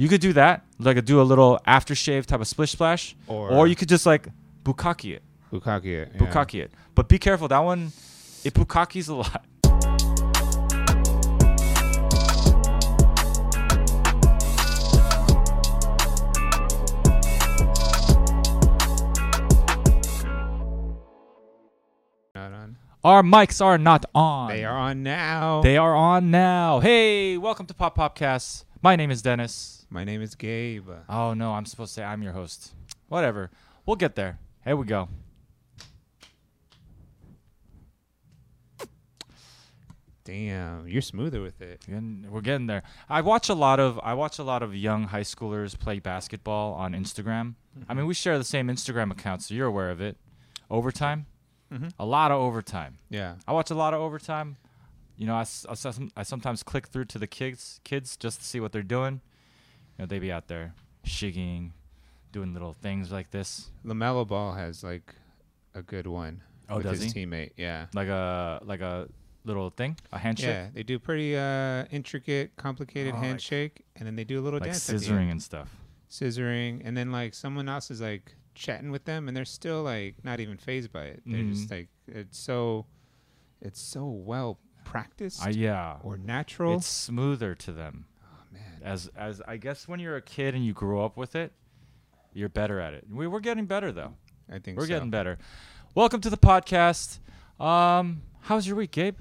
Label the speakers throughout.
Speaker 1: You could do that, like do a little aftershave type of splish splash,
Speaker 2: Or,
Speaker 1: or, you could just like bukkake it,
Speaker 2: bukkake it. yeah.
Speaker 1: bukkake it. But be careful, that one it bukkakes a lot.
Speaker 2: Not on.
Speaker 1: Our mics are not on.
Speaker 2: They are on now.
Speaker 1: They are on now. Hey, welcome to Pop Popcast. My name is Dennis.
Speaker 2: My name is Gabe. Uh,
Speaker 1: Oh no, I'm supposed to say I'm your host. Whatever. We'll get there. Here we go.
Speaker 2: Damn, you're smoother with it.
Speaker 1: Getting- We're getting there. I watch a lot of I watch a lot of young high schoolers play basketball on Instagram. I mean, we share the same Instagram account, so you're aware of it. Overtime,
Speaker 2: Mhm.
Speaker 1: a lot of overtime.
Speaker 2: Yeah.
Speaker 1: I watch a lot of overtime. You know, I, s- I s- I sometimes click through to the kids kids just to see what they're doing. You know, they be out there shigging, doing little things like this,
Speaker 2: LaMelo Ball has like a good one
Speaker 1: Oh,
Speaker 2: with
Speaker 1: does
Speaker 2: his
Speaker 1: he?
Speaker 2: teammate. Yeah.
Speaker 1: like a like a little thing, a handshake,
Speaker 2: Yeah, they do pretty uh, intricate, complicated
Speaker 1: Oh, like-
Speaker 2: handshake, and then they do a little
Speaker 1: like
Speaker 2: dance. at the end.
Speaker 1: scissoring and stuff.
Speaker 2: Scissoring, and then like someone else is like chatting with them, and they're still like not even phased by it. They're just
Speaker 1: Mhm.
Speaker 2: like it's so, it's so well practiced
Speaker 1: I, yeah,
Speaker 2: or natural.
Speaker 1: it's smoother to them.
Speaker 2: oh man,
Speaker 1: as as I guess when you're a kid and you grow up with it, you're better at it. We we're getting better though.
Speaker 2: I think
Speaker 1: We're
Speaker 2: so.
Speaker 1: getting better. Welcome to the podcast. Um, how's your week, Gabe?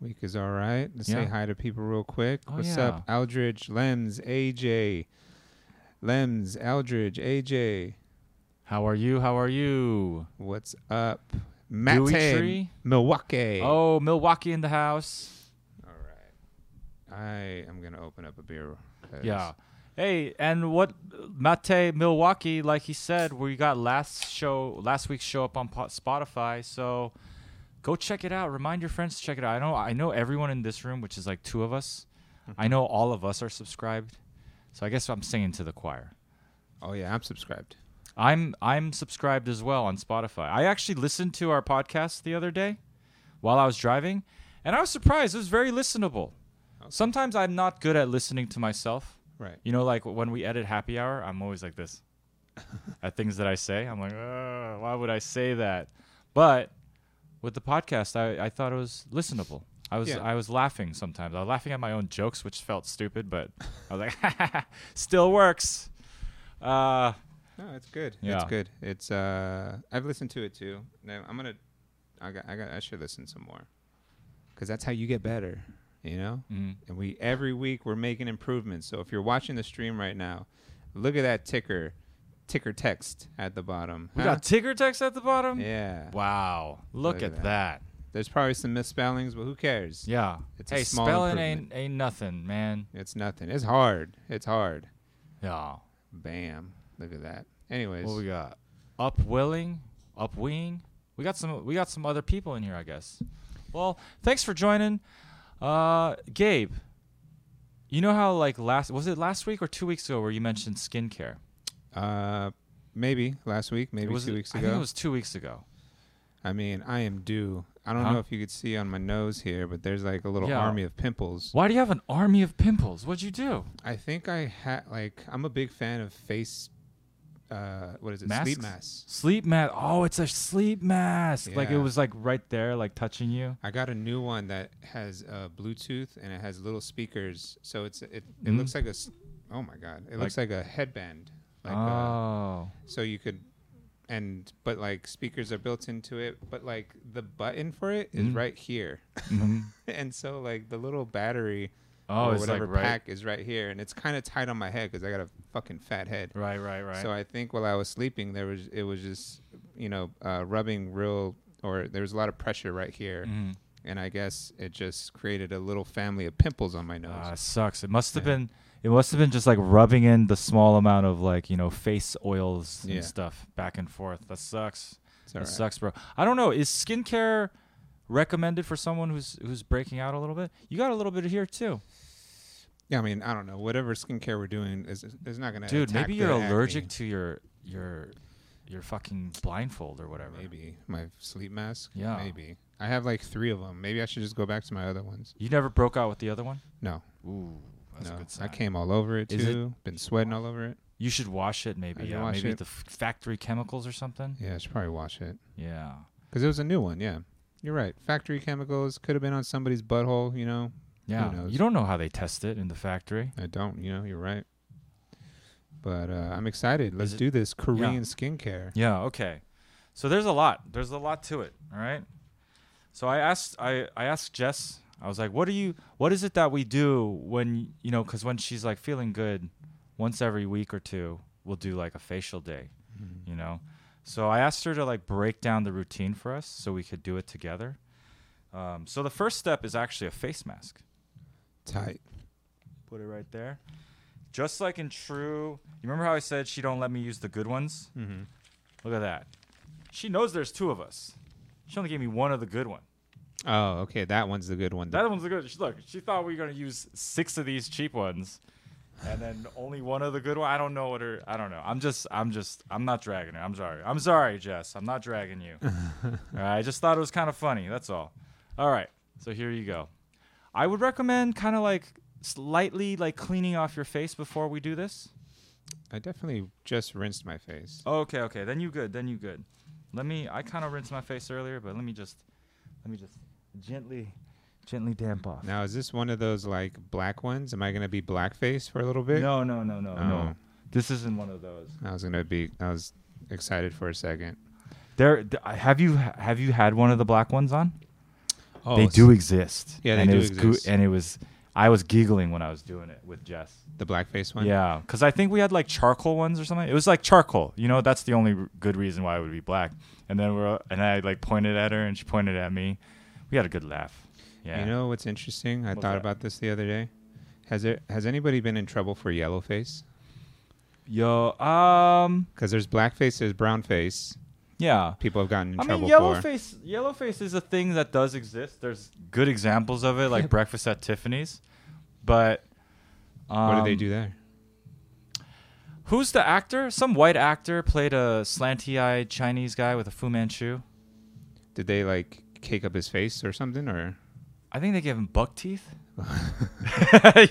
Speaker 2: Week is all right. Let's say
Speaker 1: Yeah.
Speaker 2: hi to people real quick.
Speaker 1: Oh,
Speaker 2: What's
Speaker 1: yeah.
Speaker 2: up, Aldridge, Lems, AJ, Lems, Aldridge, AJ.
Speaker 1: How are you? How are you?
Speaker 2: What's up, Matt?
Speaker 1: Tree?
Speaker 2: Milwaukee.
Speaker 1: Oh, Milwaukee in the house.
Speaker 2: All right. I am going to open up a beer. 'cause-
Speaker 1: Yeah. Hey, and what Mate Milwaukee? Like he said, we got last show, last week's show up on po- Spotify. So go check it out. Remind your friends to check it out. I know, I know everyone in this room, which is like two of us. I know all of us are subscribed. So I guess I'm singing to the choir.
Speaker 2: Oh, yeah. I'm subscribed.
Speaker 1: I'm I'm subscribed as well on Spotify. I actually listened to our podcast the other day while I was driving, and I was surprised. It was very listenable.
Speaker 2: Okay.
Speaker 1: Sometimes I'm not good at listening to myself.
Speaker 2: Right.
Speaker 1: You know, like when we edit Happy Hour, I'm always like this at things that I say. I'm like, "Ugh, why would I say that? But with the podcast, I, I thought it was listenable. I was
Speaker 2: Yeah.
Speaker 1: I was laughing sometimes. I was laughing at my own jokes, which felt stupid, but I was like, still works. Uh,
Speaker 2: No, it's good. It's
Speaker 1: Yeah.
Speaker 2: good. It's, uh, I've listened to it too. Now, I'm going to, I got, I got, I should listen some more. Cause that's how you get better, you know?
Speaker 1: mm,
Speaker 2: And we, every week we're making improvements. So if you're watching the stream right now, look at that ticker, ticker text at the bottom.
Speaker 1: we
Speaker 2: huh?
Speaker 1: got Tigger text at the bottom.
Speaker 2: yeah.
Speaker 1: Wow, look, at that.
Speaker 2: There's probably some misspellings, but who cares?
Speaker 1: Yeah.
Speaker 2: It's a
Speaker 1: hey,
Speaker 2: small
Speaker 1: spelling ain't
Speaker 2: improvement.
Speaker 1: ain't nothing, man.
Speaker 2: It's nothing. It's hard. It's hard.
Speaker 1: Yeah.
Speaker 2: Bam. Look at that. Anyways,
Speaker 1: What we got? Upwilling, upwing. We got some. We got some other people in here, I guess. Well, thanks for joining, uh, Gabe. You know how like last was it last week or two weeks ago where you mentioned skincare?
Speaker 2: uh, maybe last week, maybe
Speaker 1: was
Speaker 2: two
Speaker 1: it-
Speaker 2: weeks
Speaker 1: I think
Speaker 2: ago.
Speaker 1: it was two weeks ago.
Speaker 2: I mean, I am due. I don't
Speaker 1: Huh?
Speaker 2: know if you could see on my nose here, but there's like a little
Speaker 1: Yeah.
Speaker 2: army of pimples.
Speaker 1: Why do you have an army of pimples? What'd you do?
Speaker 2: I think I had like I'm a big fan of face. Uh, what is it? Sleep masks.
Speaker 1: Sleep mask. Oh, it's a sleep mask. Like it
Speaker 2: Yeah.
Speaker 1: was like right there, like touching you.
Speaker 2: I got a new one that has uh, Bluetooth and it has little speakers, so it's it, it
Speaker 1: Mhm.
Speaker 2: looks like a. s- Oh my god! It looks like a headband. Like uh, a,
Speaker 1: oh.
Speaker 2: so you could and but like speakers are built into it but like the button for it is
Speaker 1: Mhm.
Speaker 2: right here
Speaker 1: Mhm.
Speaker 2: and so like the little battery
Speaker 1: Oh,
Speaker 2: or
Speaker 1: it's like
Speaker 2: whatever
Speaker 1: right,
Speaker 2: pack is right here and it's kind of tight on my head because i got a fucking fat head
Speaker 1: right, right, right.
Speaker 2: so i think while i was sleeping there was it was just you know uh, rubbing real or there was a lot of pressure right here
Speaker 1: Mhm.
Speaker 2: and i guess it just created a little family of pimples on my nose
Speaker 1: Ah, it sucks. It must have
Speaker 2: Yeah.
Speaker 1: been. It must have been just like rubbing in the small amount of like you know face oils
Speaker 2: Yeah.
Speaker 1: and stuff back and forth. That sucks.
Speaker 2: It's
Speaker 1: That
Speaker 2: all right.
Speaker 1: sucks, bro. I don't know. Is skincare recommended for someone who's who's breaking out a little bit? You got a little bit here too,
Speaker 2: yeah i mean i don't know whatever skincare we're doing is is not gonna
Speaker 1: dude.
Speaker 2: Uh, attack
Speaker 1: Maybe
Speaker 2: the
Speaker 1: you're
Speaker 2: acne.
Speaker 1: allergic to your your your fucking blindfold or whatever.
Speaker 2: Maybe my sleep mask.
Speaker 1: Yeah.
Speaker 2: Maybe I have like three of them. Maybe I should just go back to my other ones.
Speaker 1: You never broke out with the other one.
Speaker 2: No,
Speaker 1: Ooh, That's
Speaker 2: no,
Speaker 1: a good sign.
Speaker 2: I came all over it
Speaker 1: Is it-
Speaker 2: too. Been sweating all over it.
Speaker 1: You should wash it, maybe.
Speaker 2: I should
Speaker 1: Yeah,
Speaker 2: wash
Speaker 1: maybe
Speaker 2: it.
Speaker 1: the f- factory chemicals or something.
Speaker 2: Yeah, I should probably wash it
Speaker 1: Yeah.
Speaker 2: because it was a new one. Yeah, you're right. Factory chemicals could have been on somebody's butthole. You know,
Speaker 1: Yeah.
Speaker 2: knows?
Speaker 1: You don't know how they test it in the factory.
Speaker 2: I don't. You know, you're right. But uh, I'm excited. Let's
Speaker 1: it-
Speaker 2: do this Korean skincare.
Speaker 1: Yeah, okay. So there's a lot. There's a lot to it, all right? So I asked I I asked Jess. I was like, "What do you what is it that we do when, you know, cuz when she's like feeling good once every week or two, we'll do like a facial day,
Speaker 2: Mhm.
Speaker 1: you know?" So I asked her to like break down the routine for us so we could do it together. Um, so the first step is actually a face mask.
Speaker 2: Tight.
Speaker 1: Put it right there. Just like in true, you remember how I said she don't let me use the good ones?
Speaker 2: Mm-hmm.
Speaker 1: Look at that. She knows there's two of us. She only gave me one of the good one.
Speaker 2: Oh, okay. That one's the good one. The-
Speaker 1: That one's the good. She, look, she thought we were gonna use six of these cheap ones, and then only one of the good one. I don't know what her. I don't know. I'm just. I'm just. I'm not dragging her. I'm sorry. I'm sorry, Jess. I'm not dragging you. All right, I just thought it was kind of funny. That's all. All right. So here you go. I would recommend kind of like slightly like cleaning off your face before we do this.
Speaker 2: I definitely just rinsed my face.
Speaker 1: Okay, okay. Then you good. Then you good. Let me. I kind of rinsed my face earlier, but let me just, let me just gently, gently damp off.
Speaker 2: Now, is this one of those like black ones? Am I gonna be blackface for a little bit?
Speaker 1: No, no, no, no, no.
Speaker 2: Oh.
Speaker 1: This isn't one of those.
Speaker 2: I was gonna be. I was excited for a second.
Speaker 1: There. th- I- have you have you had one of the black ones on?
Speaker 2: Oh,
Speaker 1: they
Speaker 2: s-
Speaker 1: do exist.
Speaker 2: Yeah, they
Speaker 1: and
Speaker 2: do
Speaker 1: it was goo-
Speaker 2: exist.
Speaker 1: and it was. I was giggling when I was doing it with Jess.
Speaker 2: The blackface one.
Speaker 1: Yeah, because I think we had like charcoal ones or something. It was like charcoal. You know, that's the only r- good reason why it would be black. And then we're and I like pointed at her and she pointed at me. We had a good laugh. Yeah.
Speaker 2: You know what's interesting? I
Speaker 1: What's
Speaker 2: thought
Speaker 1: that?
Speaker 2: about this the other day. Has there has anybody been in trouble for yellow face?
Speaker 1: Yo, um,
Speaker 2: Because there's blackface, there's brown face.
Speaker 1: yeah.
Speaker 2: People have gotten in
Speaker 1: I
Speaker 2: trouble
Speaker 1: mean, yellow
Speaker 2: for.
Speaker 1: face, yellow face is a thing that does exist. There's good examples of it, like Breakfast at Tiffany's. But um,
Speaker 2: what do they do there?
Speaker 1: Who's the actor? Some white actor played a slanty-eyed Chinese guy with a Fu Manchu.
Speaker 2: Did they like cake up his face or something? Or
Speaker 1: I think they gave him buck teeth.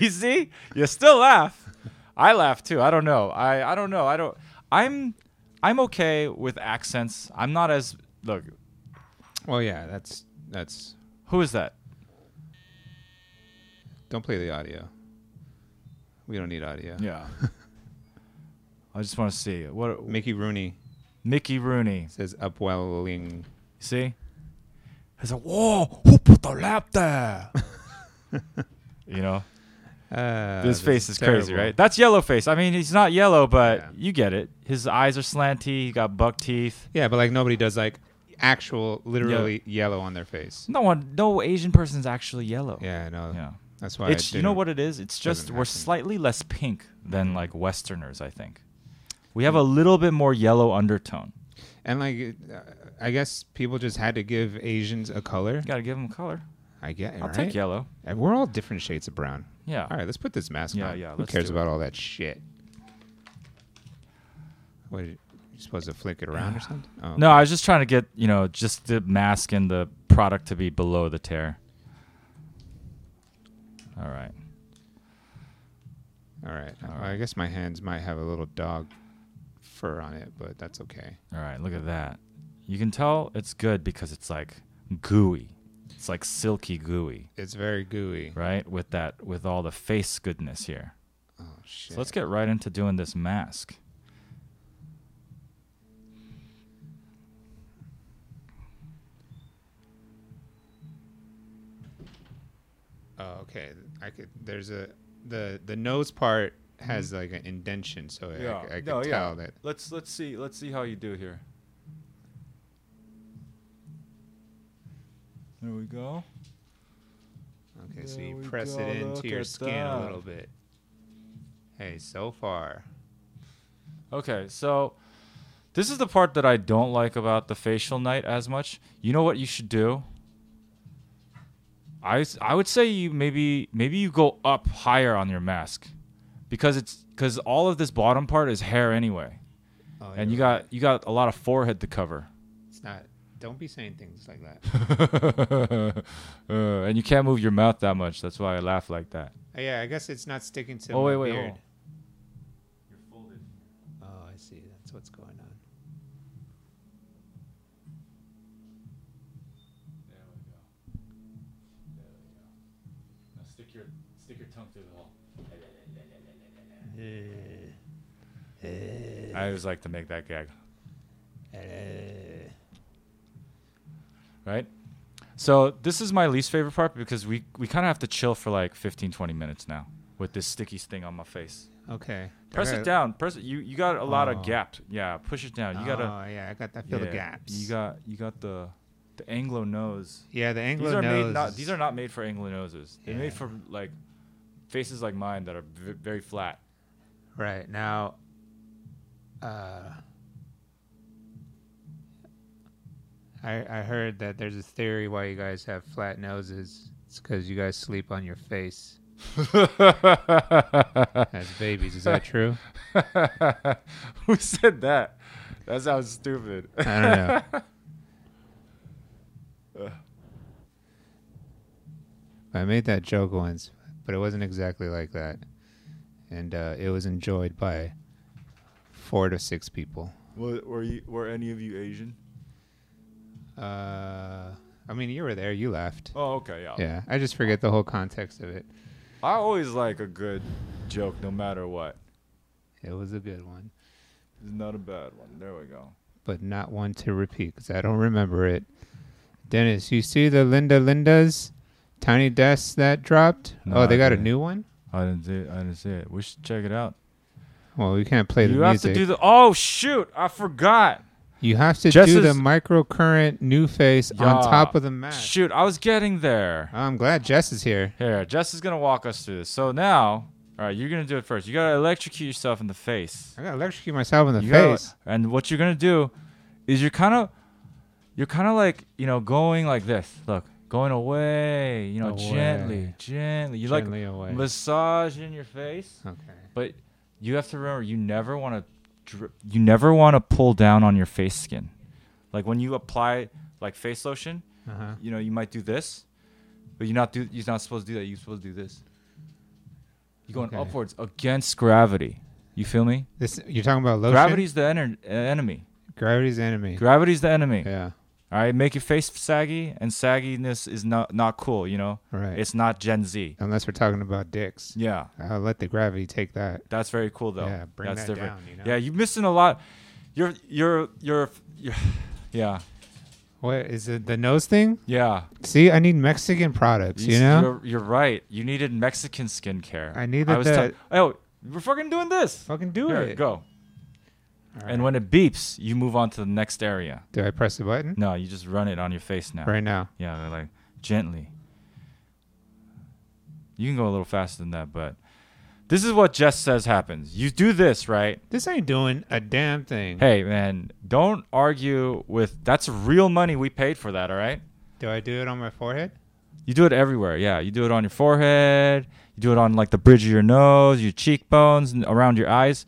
Speaker 1: you see, you still laugh. I laugh too. I don't know. I, I don't know. I don't. I'm I'm okay with accents. I'm not as look.
Speaker 2: oh yeah, that's that's.
Speaker 1: Who is that?
Speaker 2: Don't play the audio. We don't need audio.
Speaker 1: Yeah. I just want to see what
Speaker 2: Mickey Rooney
Speaker 1: Mickey Rooney.
Speaker 2: says upwelling.
Speaker 1: See, he's like, "Whoa, who put the lap there?" you know,
Speaker 2: Uh,
Speaker 1: his face
Speaker 2: this
Speaker 1: is crazy,
Speaker 2: terrible.
Speaker 1: right? That's yellow face. I mean, he's not yellow, but
Speaker 2: Yeah.
Speaker 1: you get it. His eyes are slanty. He got buck teeth.
Speaker 2: Yeah, but like nobody does like actual, literally yellow on their face.
Speaker 1: No one, no Asian person's actually yellow.
Speaker 2: Yeah, I know.
Speaker 1: yeah.
Speaker 2: That's why I
Speaker 1: It's you know
Speaker 2: didn't-
Speaker 1: what it is. It's just
Speaker 2: doesn't
Speaker 1: we're
Speaker 2: happen. Mm-hmm.
Speaker 1: slightly less pink than like Westerners. I think we have a little bit more yellow undertone.
Speaker 2: And like, it- uh, I guess people just had to give Asians a color.
Speaker 1: You got to give them color.
Speaker 2: I get it,
Speaker 1: I'll
Speaker 2: right?
Speaker 1: take yellow.
Speaker 2: And we're all different shades of brown.
Speaker 1: Yeah.
Speaker 2: All right, let's put this mask
Speaker 1: Yeah,
Speaker 2: on.
Speaker 1: yeah,
Speaker 2: Who
Speaker 1: let's
Speaker 2: cares
Speaker 1: do
Speaker 2: about all that shit? What? Did you, you supposed to flick it around or something? Oh.
Speaker 1: No, I was just trying to get you know just the mask and the product to be below the tear. All right.
Speaker 2: All right.
Speaker 1: All
Speaker 2: Well,
Speaker 1: right.
Speaker 2: I guess my hands might have a little dog fur on it, but that's okay.
Speaker 1: All right. Look at that. You can tell it's good because it's like gooey. It's like silky gooey,
Speaker 2: It's very gooey.
Speaker 1: right? With that with all the face goodness here.
Speaker 2: Oh shit.
Speaker 1: So let's get right into doing this mask.
Speaker 2: Oh, okay. I could. There's a the the nose part has
Speaker 1: Hmm.
Speaker 2: like an indention, so I- I, c- I could tell that.
Speaker 1: Let's let's see let's see how you do here. There we go.
Speaker 2: Okay, so
Speaker 1: There
Speaker 2: you
Speaker 1: we
Speaker 2: press
Speaker 1: go,
Speaker 2: it
Speaker 1: look
Speaker 2: into your
Speaker 1: at
Speaker 2: skin
Speaker 1: that.
Speaker 2: a little bit. Hey, so far.
Speaker 1: Okay, so this is the part that I don't like about the facial night as much. You know what you should do? I, s- I would say you maybe maybe you go up higher on your mask because it's because all of this bottom part is hair anyway,
Speaker 2: Oh,
Speaker 1: and
Speaker 2: you're
Speaker 1: you got you got a lot of forehead to cover.
Speaker 2: right. it's not Don't be saying things like that.
Speaker 1: uh, and you can't move your mouth that much. That's why I laugh like that.
Speaker 2: Uh, yeah, I guess it's not sticking to
Speaker 1: oh
Speaker 2: my
Speaker 1: wait, wait,
Speaker 2: beard.
Speaker 1: hold
Speaker 2: Oh, I see. That's what's going on.
Speaker 1: There we go. There we go. Now stick your stick your tongue through the hole. I always like to make that gag, right? So this is my least favorite part because we we kind of have to chill for like 15, 20 minutes now with this sticky thing on my face.
Speaker 2: Okay.
Speaker 1: Press
Speaker 2: Okay.
Speaker 1: it down. Press it. You you got a lot
Speaker 2: Oh.
Speaker 1: of gap. Yeah, push it down. You gotta
Speaker 2: Oh yeah, I got that. Fill the
Speaker 1: yeah,
Speaker 2: gaps.
Speaker 1: Ah, You got you got the the Anglo nose.
Speaker 2: Yeah, the Anglo
Speaker 1: these are
Speaker 2: nose.
Speaker 1: made not these
Speaker 2: is-
Speaker 1: are not made for Anglo noses. They're
Speaker 2: Yeah.
Speaker 1: made for like faces like mine that are v- very flat.
Speaker 2: right now. Uh, I I heard that there's a theory why you guys have flat noses. It's because you guys sleep on your face as babies. Is that true?
Speaker 1: Who said that? That sounds stupid.
Speaker 2: I don't know. I made that joke once, but it wasn't exactly like that, and uh, it was enjoyed by four to six people.
Speaker 1: were, were you were any of you Asian?
Speaker 2: Uh, I mean, you were there. You laughed.
Speaker 1: Oh, okay, yeah.
Speaker 2: Yeah, I just forget the whole context of it.
Speaker 1: I always like a good joke, no matter what.
Speaker 2: It was a good one,
Speaker 1: It's not a bad one. There we go.
Speaker 2: but not one to repeat because I don't remember it. Dennis, you see the Linda Lindas tiny desk that dropped?
Speaker 1: No,
Speaker 2: oh, they
Speaker 1: I
Speaker 2: got a
Speaker 1: didn't.
Speaker 2: new one.
Speaker 1: I didn't see. It. I didn't see it. We should check it out.
Speaker 2: Well, we can't play
Speaker 1: you
Speaker 2: the
Speaker 1: have
Speaker 2: music.
Speaker 1: to do the. Oh shoot! I forgot.
Speaker 2: you have to
Speaker 1: Jess
Speaker 2: do the
Speaker 1: is-
Speaker 2: microcurrent new face
Speaker 1: Yeah.
Speaker 2: on top of the mask.
Speaker 1: Shoot! I was getting there.
Speaker 2: I'm glad Jess is here.
Speaker 1: Here, Jess is gonna walk us through this. So now, all right, you're gonna do it first. You gotta electrocute yourself in the face.
Speaker 2: I gotta electrocute myself in the
Speaker 1: You gotta-
Speaker 2: face.
Speaker 1: and what you're gonna do is you're kind of, you're kind of like you know going like this. Look, going away. You know, gently,
Speaker 2: Away.
Speaker 1: gently. You
Speaker 2: Gently away.
Speaker 1: like massaging your face,
Speaker 2: Okay.
Speaker 1: but you have to remember you never want to, dri- you never want to pull down on your face skin. Like when you apply like face lotion,
Speaker 2: Uh-huh.
Speaker 1: you know you might do this, but you're not do you're not supposed to do that. You're supposed to do this. You're going
Speaker 2: Okay.
Speaker 1: upwards against gravity. You feel me?
Speaker 2: This you're talking about lotion.
Speaker 1: Gravity's the ener- uh, enemy.
Speaker 2: gravity's enemy.
Speaker 1: Gravity's the enemy.
Speaker 2: yeah.
Speaker 1: All right, make your face saggy, and sagginess is not not cool. You know,
Speaker 2: Right.
Speaker 1: it's not Gen Z.
Speaker 2: Unless we're talking about dicks.
Speaker 1: Yeah,
Speaker 2: I'll let the gravity take that.
Speaker 1: that's very cool though.
Speaker 2: Yeah, bring
Speaker 1: that's
Speaker 2: that
Speaker 1: different.
Speaker 2: down, you know?
Speaker 1: Yeah, you're missing a lot. You're you're you're, you're yeah
Speaker 2: What is it? The nose thing?
Speaker 1: yeah.
Speaker 2: See, I need Mexican products. You
Speaker 1: s-
Speaker 2: know,
Speaker 1: you're, you're right. You needed Mexican skincare.
Speaker 2: I needed
Speaker 1: tell-
Speaker 2: that.
Speaker 1: oh, we're fucking doing this.
Speaker 2: fucking do
Speaker 1: Here,
Speaker 2: it.
Speaker 1: Go.
Speaker 2: All
Speaker 1: And
Speaker 2: right.
Speaker 1: when it beeps, you move on to the next area.
Speaker 2: do I press the button
Speaker 1: No, you just run it on your face now.
Speaker 2: right now?
Speaker 1: Yeah, they're like gently. You can go a little faster than that, but this is what Jess says happens. You do this, right?
Speaker 2: This ain't doing a damn thing.
Speaker 1: Hey, man, don't argue with that's real money we paid for that, all right?
Speaker 2: Do I do it on my forehead?
Speaker 1: You do it everywhere. Yeah, you do it on your forehead. You do it on like the bridge of your nose, your cheekbones, and around your eyes.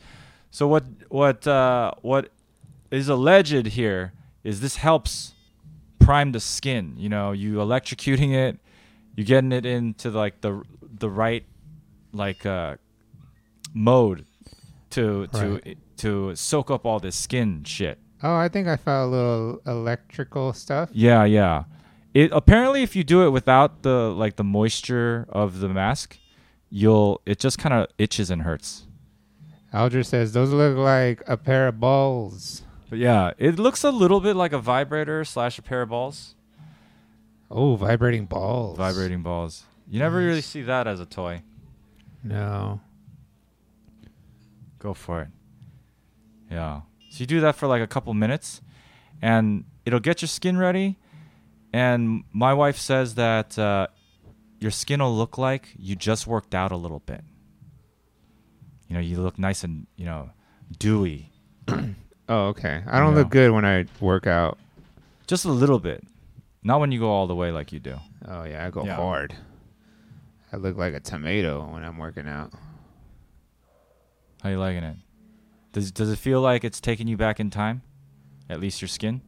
Speaker 1: So what what uh, what is alleged here is this helps prime the skin. You know, you electrocuting it, you getting it into like the the right like uh, mode to to
Speaker 2: Right.
Speaker 1: to soak up all this skin shit.
Speaker 2: Oh, I think I found a little electrical stuff.
Speaker 1: Yeah, yeah. It apparently if you do it without the like the moisture of the mask, you'll it just kind of itches and hurts.
Speaker 2: Alger says those look like a pair of balls.
Speaker 1: But yeah, it looks a little bit like a vibrator slash a pair of balls,
Speaker 2: Oh, vibrating balls.
Speaker 1: vibrating balls. You never really see that as a toy.
Speaker 2: No.
Speaker 1: Go for it. Yeah. So you do that for like a couple minutes, and it'll get your skin ready. And my wife says that uh, your skin will look like you just worked out a little bit. You know, you look nice and you know dewy,
Speaker 2: Oh, okay. I don't
Speaker 1: No.
Speaker 2: look good when I work out.
Speaker 1: just a little bit. Not when you go all the way like you do.
Speaker 2: Oh yeah, I go
Speaker 1: Yeah.
Speaker 2: hard. I look like a tomato when I'm working out.
Speaker 1: How you liking it? Does does it feel like it's taking you back in time? At least your skin.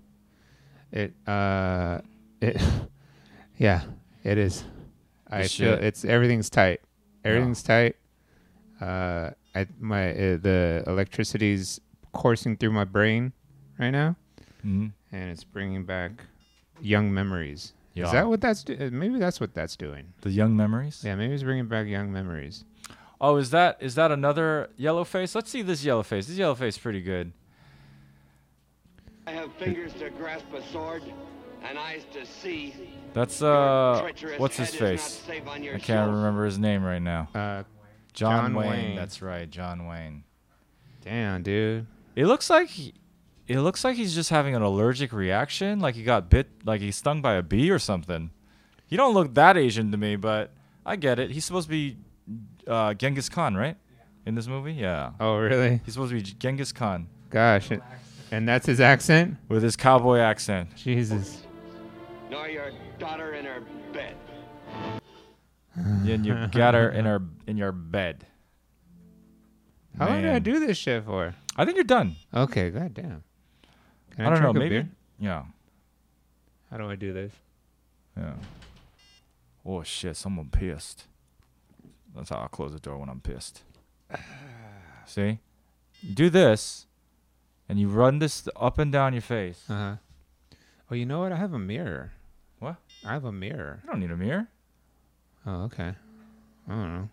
Speaker 2: It uh it yeah, it is. I
Speaker 1: Good
Speaker 2: feel
Speaker 1: shit.
Speaker 2: it's everything's tight.
Speaker 1: Yeah.
Speaker 2: Everything's tight. Uh I my uh, the electricity's coursing through my brain right now
Speaker 1: Mhm.
Speaker 2: and it's bringing back young memories.
Speaker 1: Yeah.
Speaker 2: Is that what that's do- uh, maybe that's what that's doing.
Speaker 1: the young memories?
Speaker 2: Yeah, maybe it's bringing back young memories.
Speaker 1: Oh, is that is that another yellow face? Let's see this yellow face. This yellow face is pretty good.
Speaker 3: I have fingers to grasp a sword and eyes to see.
Speaker 1: That's
Speaker 3: Your
Speaker 1: uh,
Speaker 3: treacherous
Speaker 1: what's his
Speaker 3: head is not
Speaker 1: face?
Speaker 3: safe on
Speaker 1: I
Speaker 3: your
Speaker 1: can't
Speaker 3: shelf.
Speaker 1: remember his name right now.
Speaker 2: Uh
Speaker 1: John,
Speaker 2: John
Speaker 1: Wayne.
Speaker 2: Wayne.
Speaker 1: That's right, John Wayne.
Speaker 2: damn, dude.
Speaker 1: It looks like he- it looks like he's just having an allergic reaction, like he got bit, like he stung by a bee or something. He don't look that Asian to me, but I get it. He's supposed to be uh, Genghis Khan, right? In this movie, yeah.
Speaker 2: Oh, really?
Speaker 1: He's supposed to be Genghis Khan
Speaker 2: Gosh. And, and that's his accent?
Speaker 1: with his cowboy accent.
Speaker 2: Jesus.
Speaker 3: Nor your daughter in her bed.
Speaker 1: And you got her in her in your bed.
Speaker 2: How long did I
Speaker 1: Man.
Speaker 2: do this shit for?
Speaker 1: I think you're done.
Speaker 2: Okay, goddamn. Can
Speaker 1: I, don't know.
Speaker 2: drink a
Speaker 1: Maybe.
Speaker 2: beer?
Speaker 1: Yeah.
Speaker 2: How do I do this?
Speaker 1: Yeah. Oh shit! Someone pissed. That's how I close the door when I'm pissed. See, you do this, and you run this up and down your face.
Speaker 2: Uh huh. Oh, you know what? I have a mirror.
Speaker 1: What?
Speaker 2: I have a mirror.
Speaker 1: You don't need a mirror.
Speaker 2: Oh, okay. I don't know.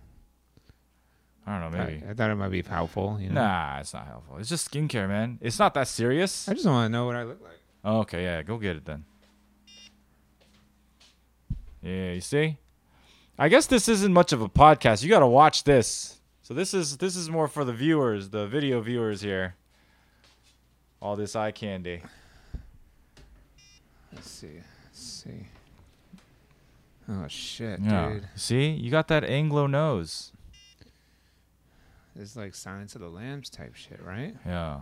Speaker 1: I don't know.
Speaker 2: I-
Speaker 1: Maybe.
Speaker 2: I, thought it might be helpful. You know?
Speaker 1: Nah, it's not helpful. It's just skincare, man. It's not that serious.
Speaker 2: I just want to know what I look like.
Speaker 1: Oh, Okay, yeah, go get it then. Yeah, you see? I guess this isn't much of a podcast. You got to watch this. So this is this is more for the viewers, the video viewers here. All this eye candy.
Speaker 2: Let's see. Let's see. Oh shit,
Speaker 1: Yeah.
Speaker 2: dude!
Speaker 1: See? You got that Anglo nose.
Speaker 2: This is like Silence of the Lambs type shit, right?
Speaker 1: Yeah.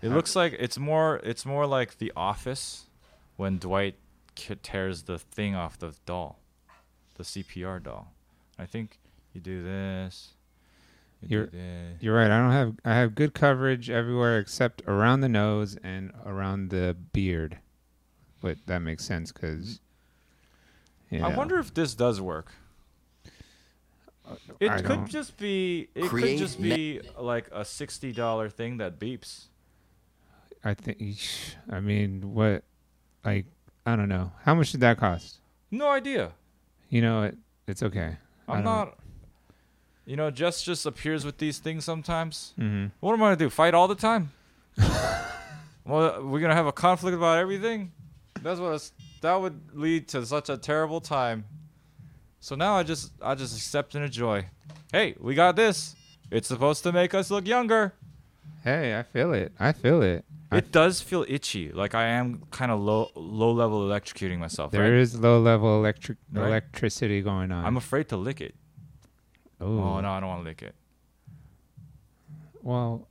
Speaker 1: It looks like it's more it's more like The Office when Dwight ki- tears the thing off the doll, the CPR doll. I think you do this. You
Speaker 2: You're-
Speaker 1: do this.
Speaker 2: You're right. I don't have. I have good coverage everywhere except around the nose and around the beard. But that makes sense because.
Speaker 1: I wonder if this does work. It could
Speaker 2: Uh, don't-
Speaker 1: just be it
Speaker 4: Create
Speaker 1: could just
Speaker 4: ne-
Speaker 1: be like a sixty dollar thing that beeps.
Speaker 2: I think. eesh, I mean, what? Like, I don't know. How much did that cost?
Speaker 1: No idea.
Speaker 2: You know, it, it's okay. I
Speaker 1: I'm
Speaker 2: don't-
Speaker 1: not. You know, Jess just appears with these things sometimes.
Speaker 2: Mhm.
Speaker 1: What am I gonna do? Fight all the time? well, we're gonna have a conflict about everything. That's what. It's, that would lead to such a terrible time. So now I just I just accept and enjoy. Hey, we got this. It's supposed to make us look younger.
Speaker 2: Hey, I feel it. I feel it. I,
Speaker 1: It does feel itchy. Like I am kind of low low level electrocuting myself.
Speaker 2: there
Speaker 1: right?
Speaker 2: is low level electric
Speaker 1: Right.
Speaker 2: electricity going on.
Speaker 1: I'm afraid to lick it.
Speaker 2: Ooh.
Speaker 1: Oh no, I don't want to lick it.
Speaker 2: Well,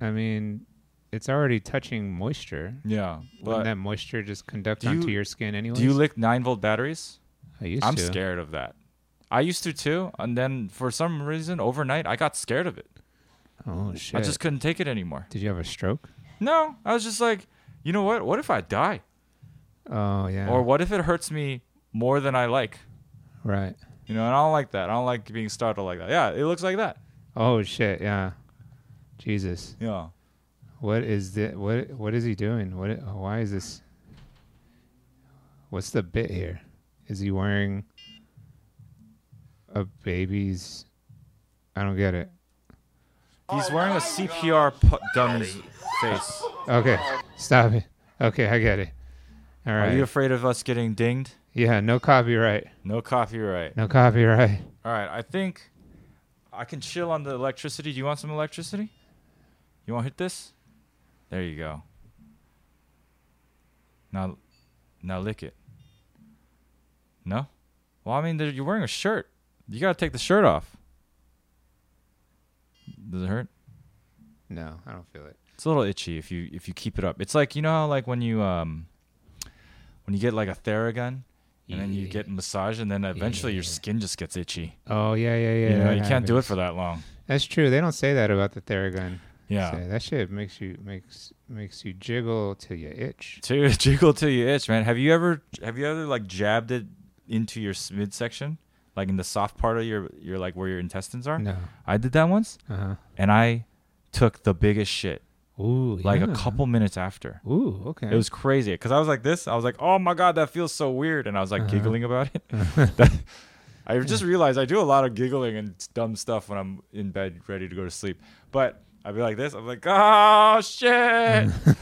Speaker 2: I mean, it's already touching moisture.
Speaker 1: Yeah,
Speaker 2: Wouldn't
Speaker 1: but
Speaker 2: that moisture just conduct
Speaker 1: Do
Speaker 2: onto
Speaker 1: you-
Speaker 2: your skin anyway?
Speaker 1: do you lick nine volt batteries?
Speaker 2: I used
Speaker 1: I'm
Speaker 2: to.
Speaker 1: scared of that. I used to too, and then for some reason overnight I got scared of it.
Speaker 2: Oh shit!
Speaker 1: I just couldn't take it anymore.
Speaker 2: Did you have a stroke?
Speaker 1: No, I was just like, you know what? What if I die?
Speaker 2: Oh yeah.
Speaker 1: Or what if it hurts me more than I like?
Speaker 2: right.
Speaker 1: You know, and I don't like that. I don't like being startled like that. Yeah, it looks like that.
Speaker 2: Oh shit! Yeah. Jesus.
Speaker 1: Yeah.
Speaker 2: What is this? What what is he doing? What? i- Why is this? What's the bit here? Is he wearing a baby's? I don't get it.
Speaker 1: He's wearing a CPR pu- dummy's face.
Speaker 2: Okay, stop it. Okay, I get it. All
Speaker 1: Are you
Speaker 2: right.
Speaker 1: afraid of us getting dinged?
Speaker 2: Yeah, no copyright.
Speaker 1: No copyright.
Speaker 2: No copyright.
Speaker 1: All right, I think I can chill on the electricity. Do you want some electricity? You want to hit this? There you go. Now, now lick it. No? Well, I mean, there- you're wearing a shirt. You gotta take the shirt off. Does it hurt?
Speaker 2: No, I don't feel it.
Speaker 1: It's a little itchy if you if you keep it up. It's like you know how like when you um when you get like a Theragun and then you
Speaker 2: Yeah.
Speaker 1: get massage and then eventually your
Speaker 2: Yeah.
Speaker 1: skin just gets itchy.
Speaker 2: Oh yeah, yeah, yeah.
Speaker 1: you know,
Speaker 2: that
Speaker 1: you can't do it
Speaker 2: happens.
Speaker 1: for that long.
Speaker 2: That's true. They don't say that about the Theragun.
Speaker 1: Yeah.
Speaker 2: Say, that shit makes you makes makes you jiggle till you itch.
Speaker 1: To jiggle till you itch, man. Have you ever have you ever like jabbed it into your s- midsection, like in the soft part of your your like where your intestines are?
Speaker 2: No.
Speaker 1: I did that once,
Speaker 2: Uh
Speaker 1: and I took the biggest shit
Speaker 2: huh. Ooh.
Speaker 1: like a couple minutes after.
Speaker 2: Ooh. Okay.
Speaker 1: It was crazy because I was like this. I was like, oh my god, that feels so weird, and I was like
Speaker 2: Uh-huh.
Speaker 1: giggling about it. That- I just realized I do a lot of giggling and dumb stuff when I'm in bed ready to go to sleep. But I'd be like this. I'm like, oh shit.